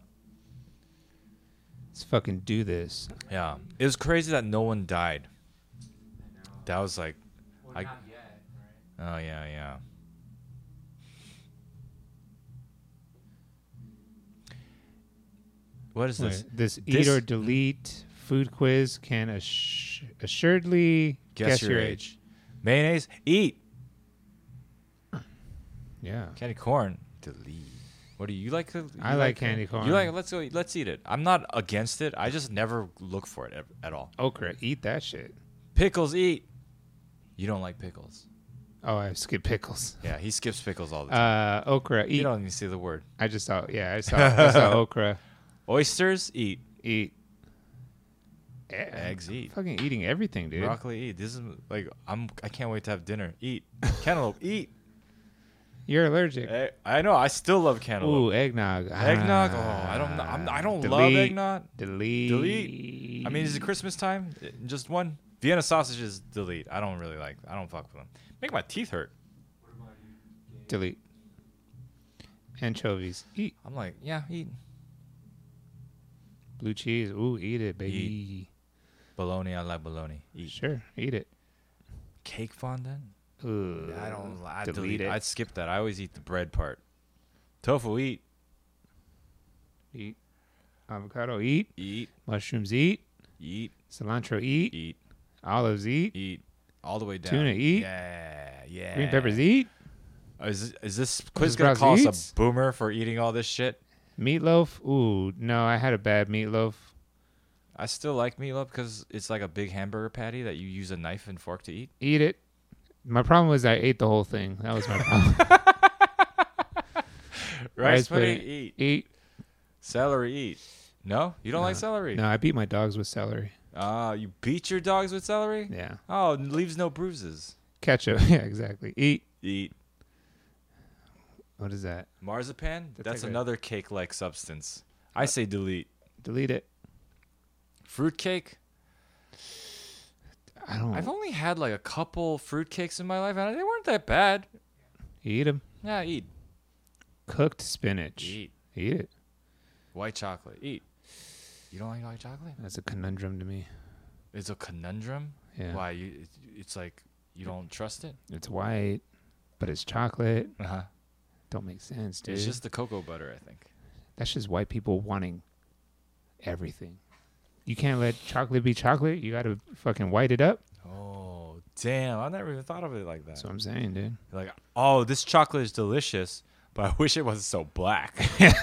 Speaker 2: Let's fucking do this.
Speaker 1: Yeah, it was crazy that no one died. That was like, I, oh yeah, yeah. What is this?
Speaker 2: Wait, this,
Speaker 1: this-
Speaker 2: eat or delete food quiz can assu- assuredly
Speaker 1: Guess, your, age. Mayonnaise, eat.
Speaker 2: Yeah.
Speaker 1: Candy corn, delete. What do you like? To, you
Speaker 2: I like candy corn.
Speaker 1: You like? Let's go. eat- Let's eat it. I'm not against it. I just never look for it at, at all.
Speaker 2: Okra, eat that shit.
Speaker 1: Pickles, eat. You don't like pickles.
Speaker 2: Oh, I skipped pickles.
Speaker 1: Yeah, he skips pickles all the time.
Speaker 2: Uh, okra,
Speaker 1: you
Speaker 2: eat.
Speaker 1: don't even see the word.
Speaker 2: I just saw. Yeah, I saw. I saw okra,
Speaker 1: Oysters, eat.
Speaker 2: eat. Eh,
Speaker 1: Eggs, eat.
Speaker 2: Fucking eating everything, dude.
Speaker 1: Broccoli, eat. This is like I'm. I can't wait to have dinner. Eat cantaloupe. eat.
Speaker 2: You're allergic.
Speaker 1: I, I know. I still love
Speaker 2: Ooh,
Speaker 1: cantaloupe.
Speaker 2: eggnog.
Speaker 1: Eggnog? Oh, I don't know. I'm- I don't love
Speaker 2: delete,
Speaker 1: eggnog.
Speaker 2: Delete.
Speaker 1: Delete. I mean, is it Christmas time? Eh, Just one. Vienna sausages, delete. I don't really like. I don't fuck with them. Make my teeth hurt.
Speaker 2: Delete. Anchovies. Eat.
Speaker 1: I'm like, yeah, eat.
Speaker 2: Blue cheese. Ooh, eat it, baby.
Speaker 1: Bologna. I like bologna. Eat.
Speaker 2: Sure, eat it.
Speaker 1: Cake fondant.
Speaker 2: Ugh.
Speaker 1: I don't. I
Speaker 2: delete
Speaker 1: delete.
Speaker 2: it.
Speaker 1: I'd skip that. I always eat the bread part. Tofu, eat.
Speaker 2: Eat. Avocado, eat.
Speaker 1: Eat.
Speaker 2: Mushrooms, eat.
Speaker 1: Eat.
Speaker 2: Cilantro, eat.
Speaker 1: Eat.
Speaker 2: Olives, eat.
Speaker 1: Eat. All the way down.
Speaker 2: Tuna, eat.
Speaker 1: Yeah. Yeah.
Speaker 2: Green peppers, eat.
Speaker 1: Is, is this quiz
Speaker 2: Mrs.
Speaker 1: gonna
Speaker 2: Browse
Speaker 1: call
Speaker 2: eats?
Speaker 1: us a boomer for eating all this shit?
Speaker 2: Meatloaf. Ooh, no, I had a bad meatloaf.
Speaker 1: I still like meatloaf because it's like a big hamburger patty that you use a knife and fork to eat.
Speaker 2: Eat it. My problem was I ate the whole thing. That was my problem.
Speaker 1: Rice pudding, eat.
Speaker 2: Eat.
Speaker 1: Celery, eat. No, you don't like celery.
Speaker 2: No, I beat my dogs with celery.
Speaker 1: Ah, you beat your dogs with celery.
Speaker 2: Yeah.
Speaker 1: Oh, and leaves no bruises.
Speaker 2: Ketchup. Yeah, exactly. Eat.
Speaker 1: Eat
Speaker 2: What is that?
Speaker 1: marzipan. That's,
Speaker 2: like Uh, a-
Speaker 1: another cake-like substance. I say delete.
Speaker 2: Delete it.
Speaker 1: Fruitcake.
Speaker 2: I don't
Speaker 1: I've only had like a couple fruitcakes in my life, and they weren't that bad.
Speaker 2: eat them.
Speaker 1: Yeah, eat,
Speaker 2: Cooked spinach.
Speaker 1: eat
Speaker 2: Eat it.
Speaker 1: white chocolate. Eat. You don't like white chocolate?
Speaker 2: That's a conundrum to me.
Speaker 1: It's a conundrum.
Speaker 2: Yeah.
Speaker 1: Why you? It's, it's like you don't trust it.
Speaker 2: It's white, but it's chocolate.
Speaker 1: Uh huh.
Speaker 2: Don't make sense, dude.
Speaker 1: It's just the cocoa butter, I think.
Speaker 2: That's just white people wanting everything. You can't let chocolate be chocolate. You gotta fucking white it up.
Speaker 1: Oh damn! I never even thought of it like that.
Speaker 2: That's what I'm saying, dude.
Speaker 1: like, oh, this chocolate is delicious, but I wish it wasn't so black.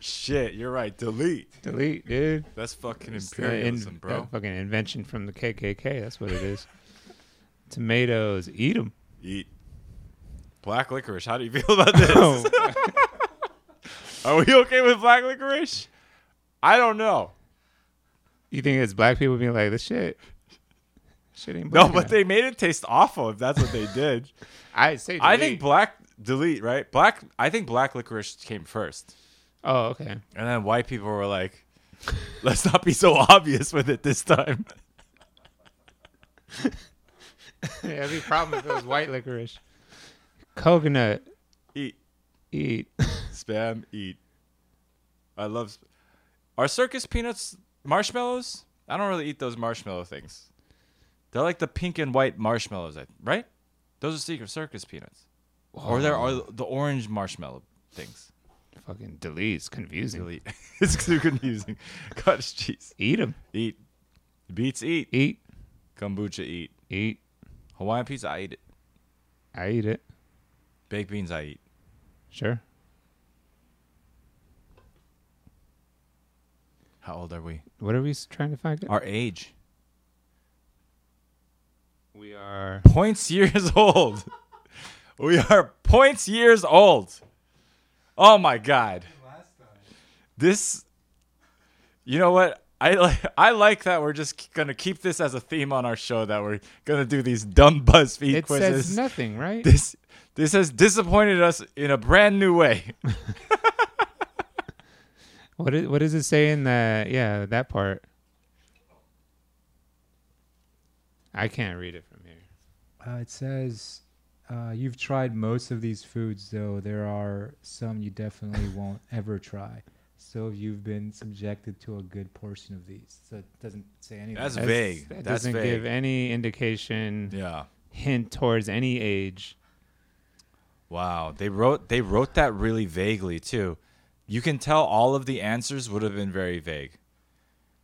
Speaker 1: Shit, you're right. Delete.
Speaker 2: Delete, dude.
Speaker 1: That's fucking
Speaker 2: It's the in-
Speaker 1: imperialism,
Speaker 2: that
Speaker 1: bro.
Speaker 2: fucking invention from the KKK. That's what it is. Tomatoes, eat them.
Speaker 1: Eat black licorice. How do you feel about this? Are we okay with black licorice? I don't know.
Speaker 2: you think it's black people being like, this shit, shit ain't
Speaker 1: No,
Speaker 2: black
Speaker 1: but
Speaker 2: enough."
Speaker 1: they made it taste awful. If that's what they did,
Speaker 2: I say,
Speaker 1: I
Speaker 2: delete.
Speaker 1: think black delete right. Black. I think black licorice came first.
Speaker 2: Oh, okay.
Speaker 1: And then white people were like, let's not be so obvious with it this time.
Speaker 2: Yeah, it'd be a problem if it was white licorice. Coconut,
Speaker 1: Eat,
Speaker 2: eat.
Speaker 1: spam, eat. I love. Sp- Are circus peanuts marshmallows? I don't really eat those marshmallow things. They're like the pink and white marshmallows, I- right? Those are secret circus peanuts. Or there are the orange marshmallow things.
Speaker 2: Fucking delete. It's confusing.
Speaker 1: Delete. it's too confusing. Cottage cheese.
Speaker 2: Eat them.
Speaker 1: Eat. Beets eat.
Speaker 2: Eat,
Speaker 1: Kombucha eat.
Speaker 2: eat.
Speaker 1: Hawaiian pizza I eat it.
Speaker 2: I eat it.
Speaker 1: Baked beans I eat.
Speaker 2: Sure.
Speaker 1: How old are we?
Speaker 2: What are we s- trying to find?
Speaker 1: Our age.
Speaker 2: we are.
Speaker 1: points years old. We are points years old. Oh my god. This You know what? I like I like that we're just k- gonna keep this as a theme on our show that we're gonna do these dumb BuzzFeed
Speaker 2: It
Speaker 1: quizzes.
Speaker 2: says nothing, right?
Speaker 1: This this has disappointed us in a brand new way.
Speaker 2: What is, what does it say in the yeah that part? I can't read it from here.
Speaker 4: Uh, it says uh, you've tried most of these foods, though there are some you definitely won't ever try. So you've been subjected to a good portion of these. So it doesn't say anything.
Speaker 1: That's
Speaker 2: That's-
Speaker 1: vague.
Speaker 2: That
Speaker 1: That's
Speaker 2: doesn't
Speaker 1: vague.
Speaker 2: give any indication
Speaker 1: yeah.
Speaker 2: hint towards any age.
Speaker 1: Wow, they wrote they wrote that really vaguely too. You can tell all of the answers would have been very vague.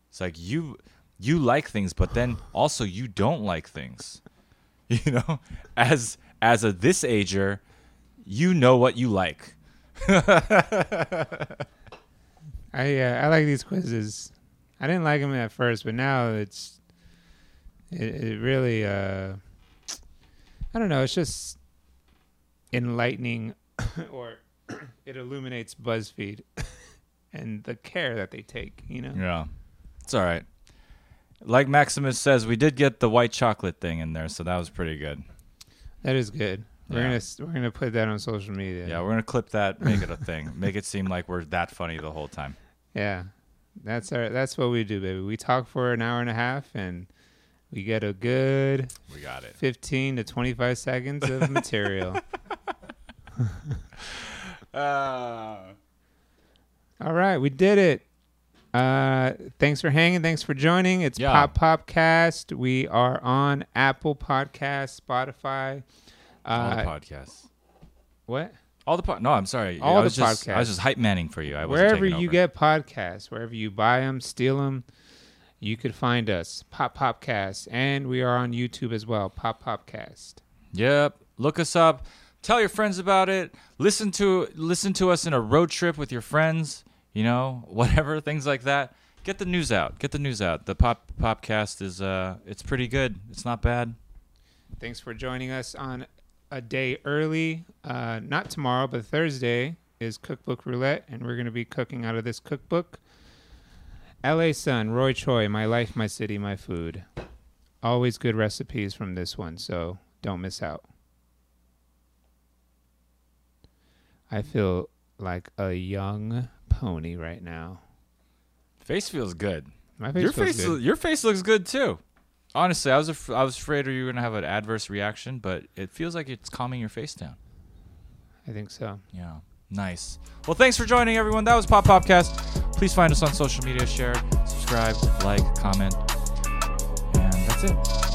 Speaker 1: It's like you you like things, but then also you don't like things. You know, as as a this ager, you know what you like.
Speaker 2: I uh, I like these quizzes. I didn't like them at first, but now it's it, it really uh I don't know. It's just enlightening, or it illuminates BuzzFeed and the care that they take. You know.
Speaker 1: Yeah, it's all right. Like Maximus says, we did get the white chocolate thing in there, so that was pretty good.
Speaker 2: That is good. We're
Speaker 1: Yeah.
Speaker 2: gonna s- we're gonna put that on social media.
Speaker 1: Yeah, we're gonna clip that, make it a thing, make it seem like we're that funny the whole time.
Speaker 2: yeah. That's our that's what we do, baby. We talk for an hour and a half, and we get a good
Speaker 1: We got it.
Speaker 2: fifteen to twenty five seconds of material. All right, we did it. Uh, thanks for hanging. Thanks for joining. It's
Speaker 1: Yeah.
Speaker 2: Pop Popcast. We are on Apple Podcasts, Spotify.
Speaker 1: All the
Speaker 2: Uh,
Speaker 1: podcasts.
Speaker 2: what?
Speaker 1: All the po- no, I'm sorry.
Speaker 2: All
Speaker 1: I
Speaker 2: the
Speaker 1: was just, I
Speaker 2: podcasts.
Speaker 1: was just hype manning for you. I wasn't
Speaker 2: wherever
Speaker 1: taking
Speaker 2: you
Speaker 1: over.
Speaker 2: get podcasts, wherever you buy them, steal them, you could find us. Pop Popcast, and we are on YouTube as well. Pop Popcast.
Speaker 1: Yep. Look us up. Tell your friends about it. Listen to listen to us in a road trip with your friends. You know, whatever things like that. Get the news out. Get the news out. The pop popcast is uh, it's pretty good. It's not bad.
Speaker 2: Thanks for joining us on a day early. Uh, not tomorrow, but Thursday is Cookbook Roulette, and we're going to be cooking out of this cookbook. LA Sun, Roy Choi, My Life, My City, My Food. Always good recipes from this one, so don't miss out. I feel like a young pony right now.
Speaker 1: Face feels good.
Speaker 2: My face
Speaker 1: your
Speaker 2: feels
Speaker 1: face,
Speaker 2: good.
Speaker 1: your face looks good too. Honestly, I was af- I was afraid you were gonna have an adverse reaction, but it feels like it's calming your face down.
Speaker 2: I think so.
Speaker 1: Yeah. Nice. Well, thanks for joining, everyone. That was Pop Popcast. Please find us on social media, share, subscribe, like, comment, and that's it.